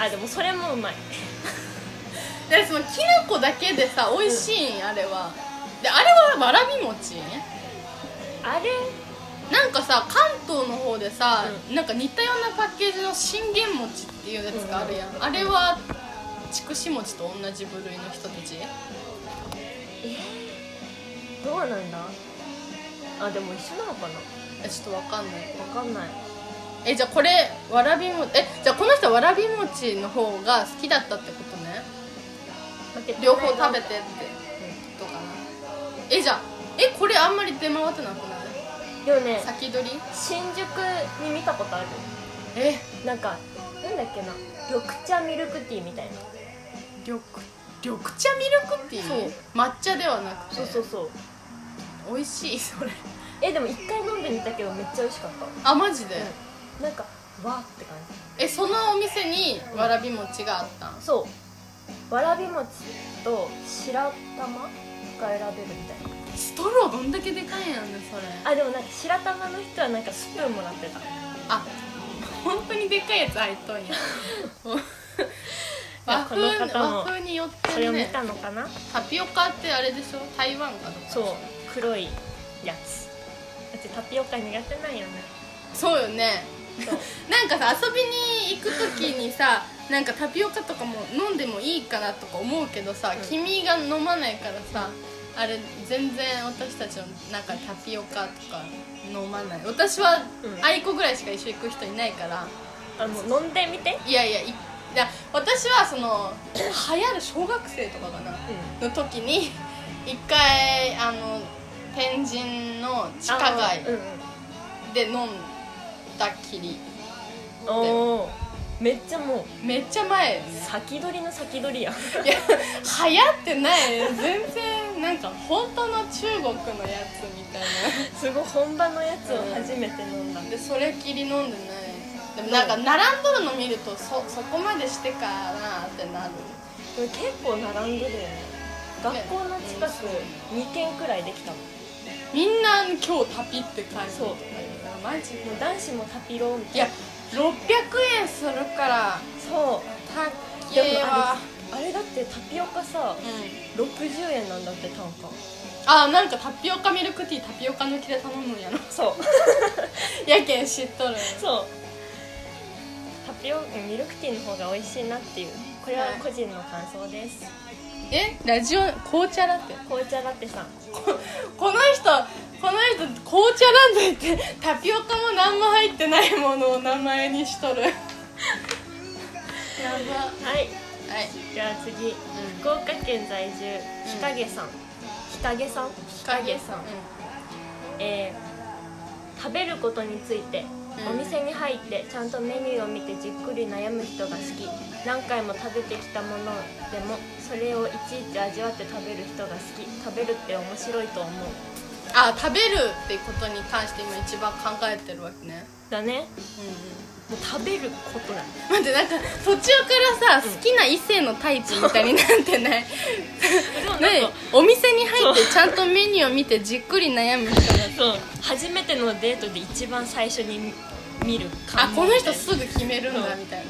あでもそれもうまいでそのきな粉だけでさ美味しいん、あれはであれはわらび餅あれなんかさ関東の方でさ、なんか似たようなパッケージの信玄餅っていうやつがあるやん、あれはちくし餅と同じ部類の人たちえーどうなんだあでも一緒なのかなえちょっとわかんないわかんないえじゃあこれわらびもえじゃあこの人はわらび餅の方が好きだったってことねだって両方食べててってことかなえじゃあえこれあんまり出回ってなくないでもね先取り新宿に見たことあるえなんかなんだっけな緑茶ミルクティーみたいな緑緑茶ミルクティーそう抹茶ではなくてそうそうそう美味しいそれえでも一回飲んでみたけどめっちゃ美味しかっあマジで、たなんかわーって感じえそのお店にわらび餅があったんそうわらび餅と白玉が選べるみたいストローどんだけでかいなんだそれなあでもなんか白玉の人はなんかスプーンもらってたあ本当にでっ かいやつ入っとんや和風この方も和風によっそてれるを見ねたのかなタピオカってあれでしょ台湾かどうかそう黒いやつだってタピオカ苦手なんよね そうよねそうなんかさ遊びに行く時にさなんかタピオカとかも飲んでもいいかなとか思うけどさ、うん君が飲まないからさあれ全然私たちの中でタピオカとか飲まない私はうん愛子ぐらいしか一緒に行く人いないから、あもう飲んでみていやいやいいや私はその流行る小学生とかかなの時に一回あの天神の地下街うんうんで飲んだきりおおめっちゃもめっちゃ前ようね先取りの先取り やんいや流行ってない全然なんか本当の中国のやつみたいなすごい本場のやつを初めて飲んだでそれっきり飲んでないでもなんか並んどるの見るとそそこまでしてかなってなるこれ結構並んでるよね学校の近く2軒くらいできたもんみんな今日タピって感じそうとか言うなマジもう男子もタピローみたいいなや600円するからそ高うでもえあはれあれだってタピオカさうん60円なんだって単価あなんかタピオカミルクティータピオカ抜きで頼むんやろそうやけん知っとるそうタピオカミルクティーの方が美味しいなっていうこれは個人の感想ですえラジオ紅茶ラテ紅茶ラテさんここの人この人紅茶ラテってタピオカも何も入ってないものを名前にしとるやばはいはいじゃあ次福岡県在住日陰さん日陰さん日日陰さん、うん、えー食べることについて、うんお店に入ってちゃんとメニューを見てじっくり悩む人が好き何回も食べてきたものでもそれをいちいち味わって食べる人が好き食べるって面白いと思うあ食べるってことに関して今一番考えてるわけねだねうんうんもう食べることだね待ってなんか途中からさ、好きな異性のタイプみたいになってないでもねなんかお店に入ってちゃんとメニューを見てじっくり悩む人がそう初めてのデートで一番最初に見るあ感この人すぐ決めるんだみたい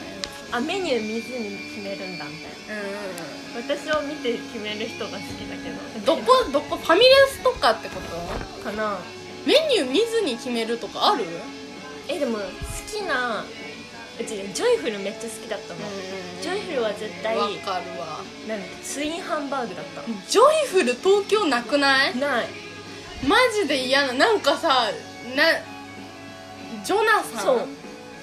なあメニュー見ずに決めるんだみたいなう私を見て決める人が好きだけどどこどこファミレスとかってことかなメニュー見ずに決めるとかあるえでも好きなうちねジョイフルめっちゃ好きだったの、ジョイフルは絶対わかるわなんだツインハンバーグだったのジョイフル東京なくないないマジで嫌ななんかさなジョナサそうン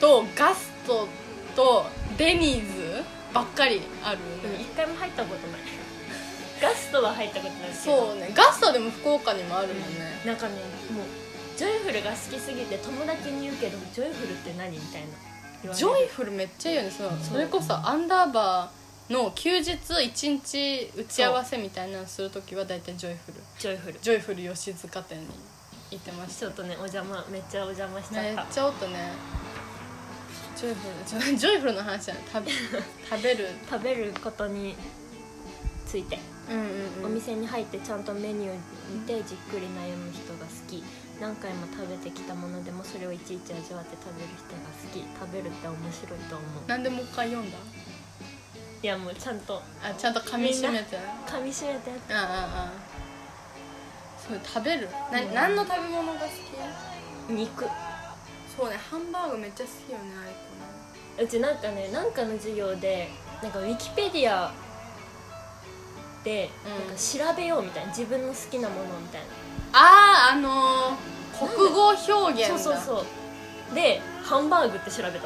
とガストとデニーズばっかりある、でも一回も入ったことない ガストは入ったことないけどそうねガストでも福岡にもあるもんね、なんかねもうジョイフルが好きすぎて友達に言うけどジョイフルって何みたいな言われジるョイフルめっちゃいいよねそのそれこそアンダーバーの休日1日打ち合わせみたいなのするときは大体ジョイフルジョイフルジョイフル吉塚店に行ってましちょっとねお邪魔めっちゃお邪魔しちたゃめっったちゃおったねジョイフル ちょジョイフルの話じゃない食 べ食べる食べることについてうんうん、お店に入ってちゃんとメニュー見てじっくり悩む人が好き何回も食べてきたものでもそれをいちいち味わって食べる人が好き食べるって面白いと思うなんでもう一回読んだいやもうちゃんとあちゃんと噛みしめてあ噛みしめたやあああそう食べるな、うん何の食べ物が好きつ肉そうねハンバーグめっちゃ好きよねあれこうちなんかねなんかの授業でなんかウィキペディアて、うんなんか調べようみたいな自分の好きなものみたいあああのー、国語表現なだそうそうそうでハンバーグって調べたもん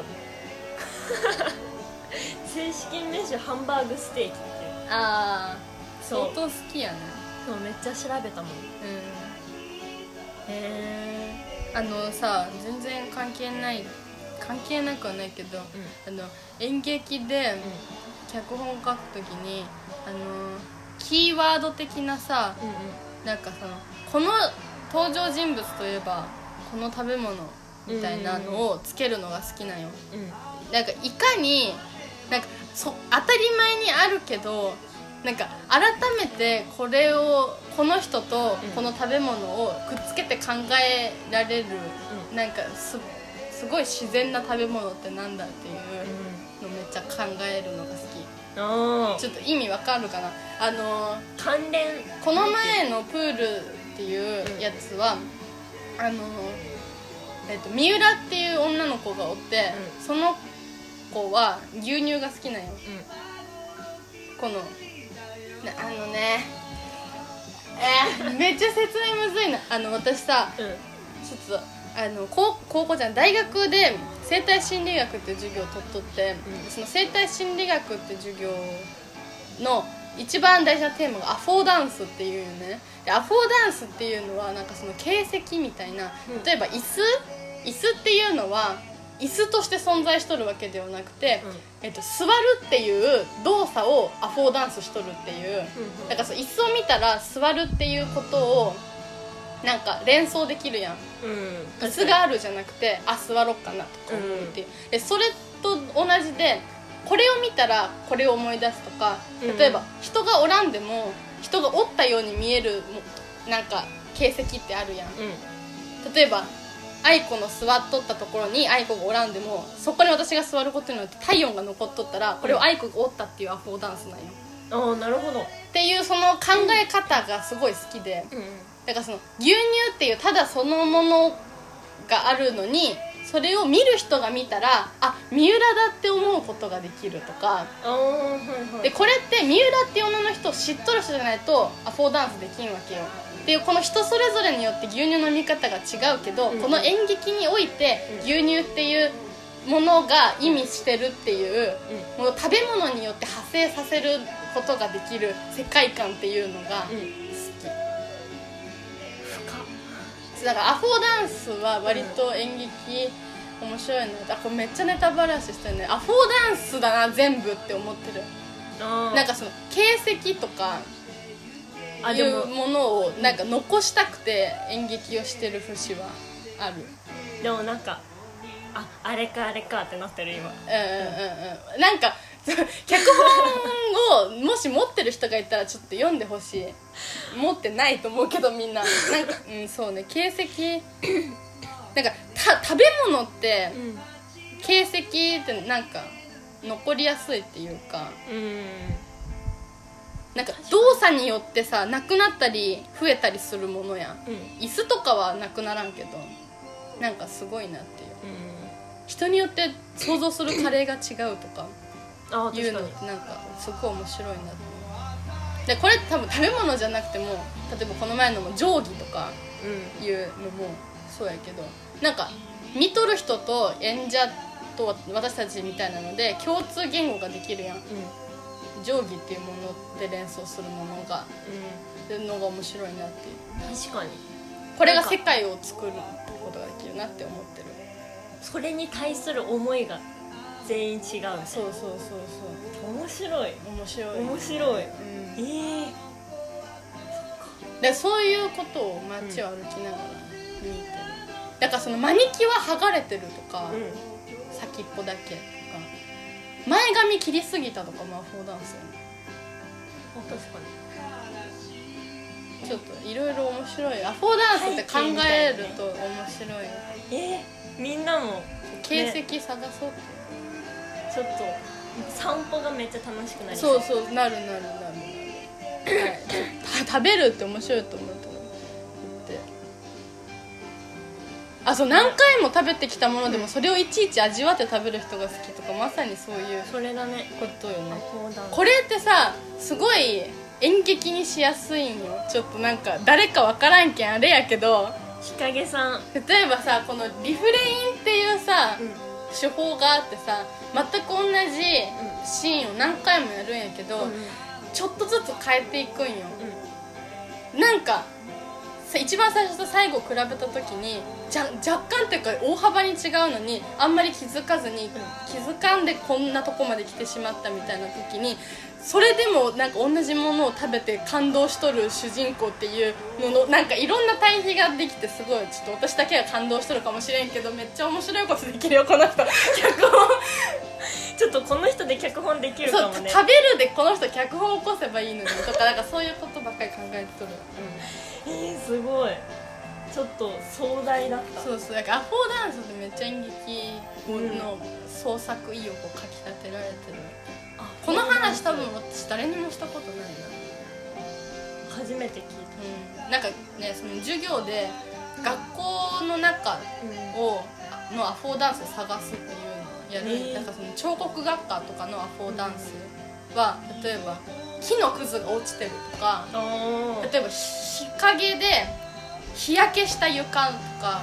正式名称ハンバーグステーキっていうああそ相う当好きやねそうめっちゃ調べたもんうへんあのさ全然関係ない関係なくはないけど、あの演劇でえ脚本を書くときにあのーキーワード的なさうんうんなんかそのこの登場人物といえばこの食べ物みたいなのをつけるのが好きなんよ、うんうんなんかいかになんかそ当たり前にあるけどなんか改めてこれをこの人とうんこの食べ物をくっつけて考えられる、うなんかすすごい自然な食べ物ってなんだっていうのめっちゃ考えるのが好きあちょっと意味わかるかなあのーー関連この前のプールっていうやつは、あの、えっと、三浦っていう女の子がおって、うんその子は牛乳が好きなんようこのなあのねえー、めっちゃ説明むずいなあの私さんうんちょっとあの高高校じゃん大学で生態心理学っていう授業を取っとって、うんその生態心理学っていう授業の一番大事なテーマがアフォーダンスっていうよねでアフォーダンスっていうのはなんかその形跡みたいなうん例えば椅子椅子っていうのは椅子として存在しとるわけではなくて、えっと、座るっていう動作をアフォーダンスしとるっていううんだからその椅子を見たら座るっていうことをなんか連想できるやんうん椅子があるじゃなくてあ座ろっかなとか思うっていう、でそれと同じでこれを見たらこれを思い出すとかうん例えば、人がおらんでも人がおったように見えるもなんか形跡ってあるやんうん例えば愛子の座っとったところに愛子がおらんでもそこに私が座ることによって体温が残っとったらこれを愛子がおったっていうアフォーダンスなんよああなるほどっていうその考え方がすごい好きで、うんうんだからその牛乳っていうただそのものがあるのにそれを見る人が見たらあ三浦だって思うことができるとかああはいはいでこれって三浦っていう女の人を知っとる人じゃないとアフォーダンスできんわけよっていうこの人それぞれによって牛乳の見方が違うけど、うんこの演劇においてうん牛乳っていうものが意味してるっていううんもう食べ物によって派生させることができる世界観っていうのが好うんき。深っだからアフォーダンスは割と演劇面白いなあこれめっちゃネタバラシしてるねアフォーダンスだな全部って思ってるあーなんかその形跡とかあいでもうものをなんか残したくて演劇をしてる節はあるでもなんかああれかあれかってなってる今うんうんうんうんなんか そう脚本をもし持ってる人がいたらちょっと読んでほしい持ってないと思うけどみんななんかうんそうね形跡なんかた食べ物って、うん形跡ってなんか残りやすいっていうかうんなんか動作によってさなくなったり増えたりするものやんうん椅子とかはなくならんけどなんかすごいなっていう人によって想像するカレーが違うとかあーい確かうのっにてなんかすごい面白いなと思うでこれ多分食べ物じゃなくても例えばこの前のも定規とかいうのもそうやけどなんか見とる人と演者と私たちみたいなので共通言語ができるやんうんうん定規っていうもので連想するものがっていうのが面白いなっていううん確かにこれが世界を作ることができるなって思ってるそれに対する思いが全員違うそうそうそう面白いそう面白い、うん面白いえー、でそういうことを街を歩きながら見てるだからそのマニキュア剥がれてるとか、う先っぽだけとか前髪切りすぎたとかもアフォーダンスよねん確かにちょっといろいろ面白いアフォーダンスって考えると面白いえー、みんなも形跡探そうって、ちょっと散歩がめっちゃ楽しくなりそううそうなるなるなるなる、はい、た 食べるって面白いと思うと思ってあそう何回も食べてきたものでもそれをいちいち味わって食べる人が好きとかまさにそういうそれだねことよねあこうだこれってさすごい演劇にしやすいんよちょっとなんか誰かわからんけんあれやけど日陰さん、例えばさこのリフレインっていうさ、うん手法があってさ全く同じシーンを何回もやるんやけど、ちょっとずつ変えていくんよなんかさ一番最初と最後比べた時にじゃ若干っていうか大幅に違うのにあんまり気づかずに、気づかんでこんなとこまで来てしまったみたいな時にそれでもなんか同じものを食べて感動しとる主人公っていうののなんかいろんな対比ができてすごいちょっと私だけは感動しとるかもしれんけどめっちゃ面白いことできるよこの 人脚本ちょっとこの人で脚本できるそかうも食べねるでこの人脚本起こせばいいのにとかなんかそういうことばっかり考えとる。えー、すごいちょっと壮大だったそうそうだからアフォーダンスってめっちゃ演劇の創作意欲をかきたてられてる、あこの話多分私誰にもしたことないな、初めて聞いうん、なんかねその授業で学校の中た、うんをのアフォーダンスを探すっていうのをやる、へーなんかその彫刻学科とかのアフォーダンスは例えば木のくずが落ちてるとかあ例えば日陰で日焼けした床とか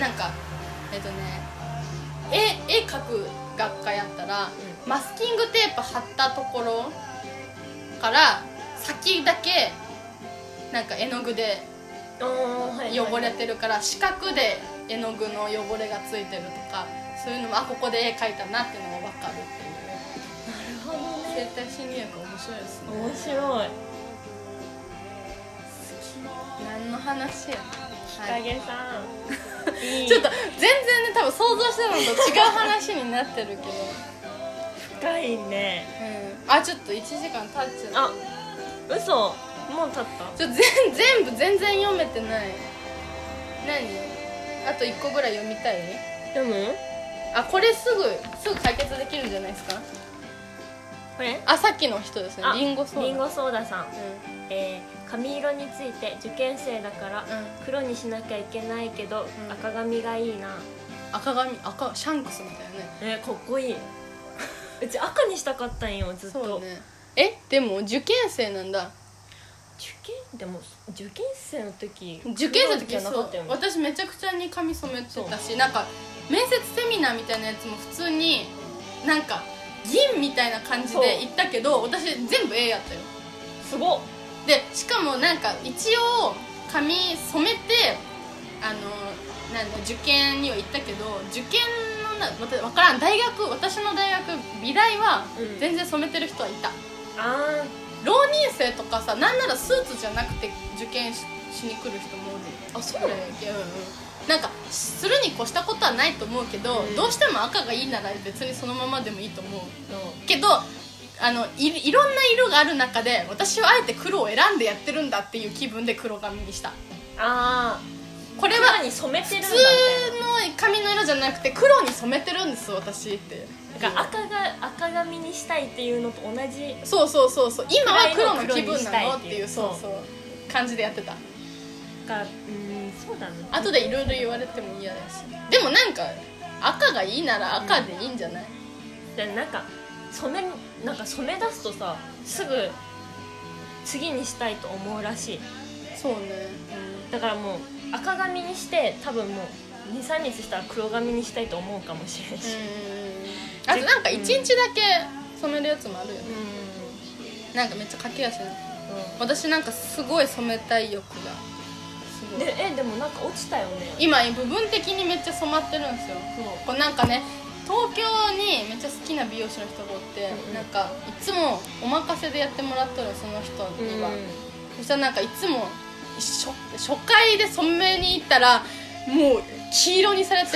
なんかえっとね絵絵描く学科やったら、うマスキングテープ貼ったところから先だけなんか絵の具であはい汚れてるから四角で絵の具の汚れがついてるとかそういうのもあここで絵描いたなっていうのが分かるってなるほどねいう生態心理学面白いですね面白い何の話や日陰さんいい ちょっと全然ね多分想像してたのと違う話になってるけど、深いねあちょっと1時間経っちゃったあ嘘もう経ったちょ全全部全然読めてない何あと1個ぐらい読みたい読むあこれすぐすぐ解決できるんじゃないですかこれあさっきの人ですねあリンゴソーダリンゴソーダさんうえー髪色について受験生だからうん黒にしなきゃいけないけど、うん、赤髪がいいなん赤髪赤シャンクスみたいなねえーかっこいいうち赤にしたかったんよずっとそうねえでも受験生なんだ受験でも受験生の時受験生の黒時じゃなかそうったよね私めちゃくちゃに髪染めてたしなんか面接セミナーみたいなやつも普通になんか銀みたいな感じそうで行ったけど私全部 A やったよすごっでしかもなんか一応髪染めてあのなんだ受験には行ったけど受験のなまた分からん大学私の大学美大はうん全然染めてる人はいた、あ浪人生とかさなんならスーツじゃなくて受験ししに来る人もおるあそうなのんやけどうんうんなんかするに越したことはないと思うけど、うんどうしても赤がいいなら別にそのままでもいいと思うーのけどあのいいろんな色がある中で私はあえて黒を選んでやってるんだっていう気分で黒髪にしたあこれーは黒に染めてるんだ普通みたいなの髪の色じゃなくて黒に染めてるんです私ってだから赤が赤髪にしたいっていうのと同じそうそうそうそう今は黒の気黒に分したないのっってていういうそうそう感じでやってたかうんそうだね後でいろいろ言われても嫌だしでもなんか赤がいいなら赤でいいんじゃない、でなんか染めなんか染め出すとさすぐ次にしたいと思うらしいそうね、だからもう赤髪にして多分もう23日したら黒髪にしたいと思うかもしれんしうんあとなんか1日だけ染めるやつもあるようねんなんかめっちゃ駆け足な私なんかすごい染めたい欲がすうんごいでえでもなんか落ちたよね今部分的にめっちゃ染まってるんですよそうこうなんかね東京にめっちゃ好きな美容師の人がおって、うんうんなんかいつもお任せでやってもらっとるその人には、そしたらなんかいつも初初回で染めに行ったらもう黄色にされて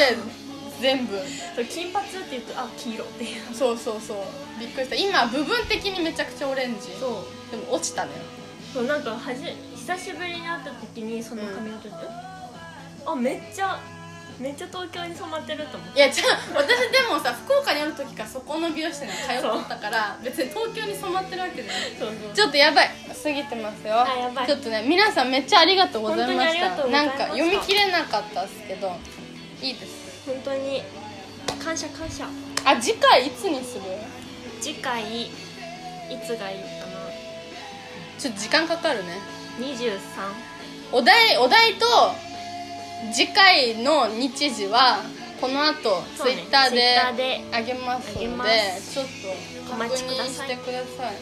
全部そう金髪って言うとあ黄色っていうそうそうそうびっくりした今部分的にめちゃくちゃオレンジそうでも落ちたねそうなんかはじ久しぶりに会った時にその髪の毛、うんあめっちゃめっちゃ東京に染まってると思っていやじゃあ私でもさ福岡におる時からそこの美容室に通っとった から別に東京に染まってるわけじゃないそうそうちょっとやばい過ぎてますよあやばいちょっとね皆さんめっちゃありがとうございま本当にしありがとうたござないんましたか読み切れなかったですけどいいです本当に感謝感謝あ次回いつにする次回いつがいいかちょっと時間かかるね23お題お題と次回の日時はこの後そうツイねッターで Twitter であげますのあでげますちょっとお確待ち認くだしさいてくださいはい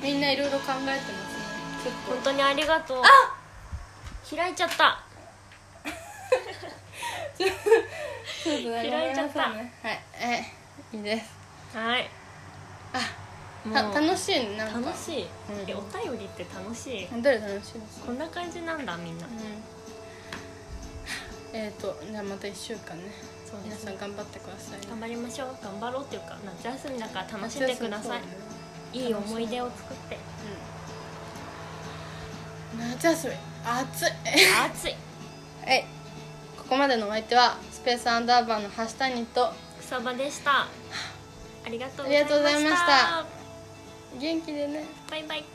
みんないろいろ考えてますねちょっと本当にありがとう開いちゃったそうですね開いちゃったごめんなさいねはいえいいですはいたもう楽しいねなんか楽しいうんえお便りって楽しいいどれ楽しいですこんな感じなんだみんなうんえっ、とじゃあまた1週間ねそうで皆すさん頑張ってくださいね頑張りましょう頑張ろうっていうか夏休みだから楽しんでくださいそうそうそういい思い出を作ってうん夏休み暑い暑いはいここまでのお相手はスペースアンダーバーの橋谷と草場でしたありがとうござありがとうございいままししたた元気でねバイバイ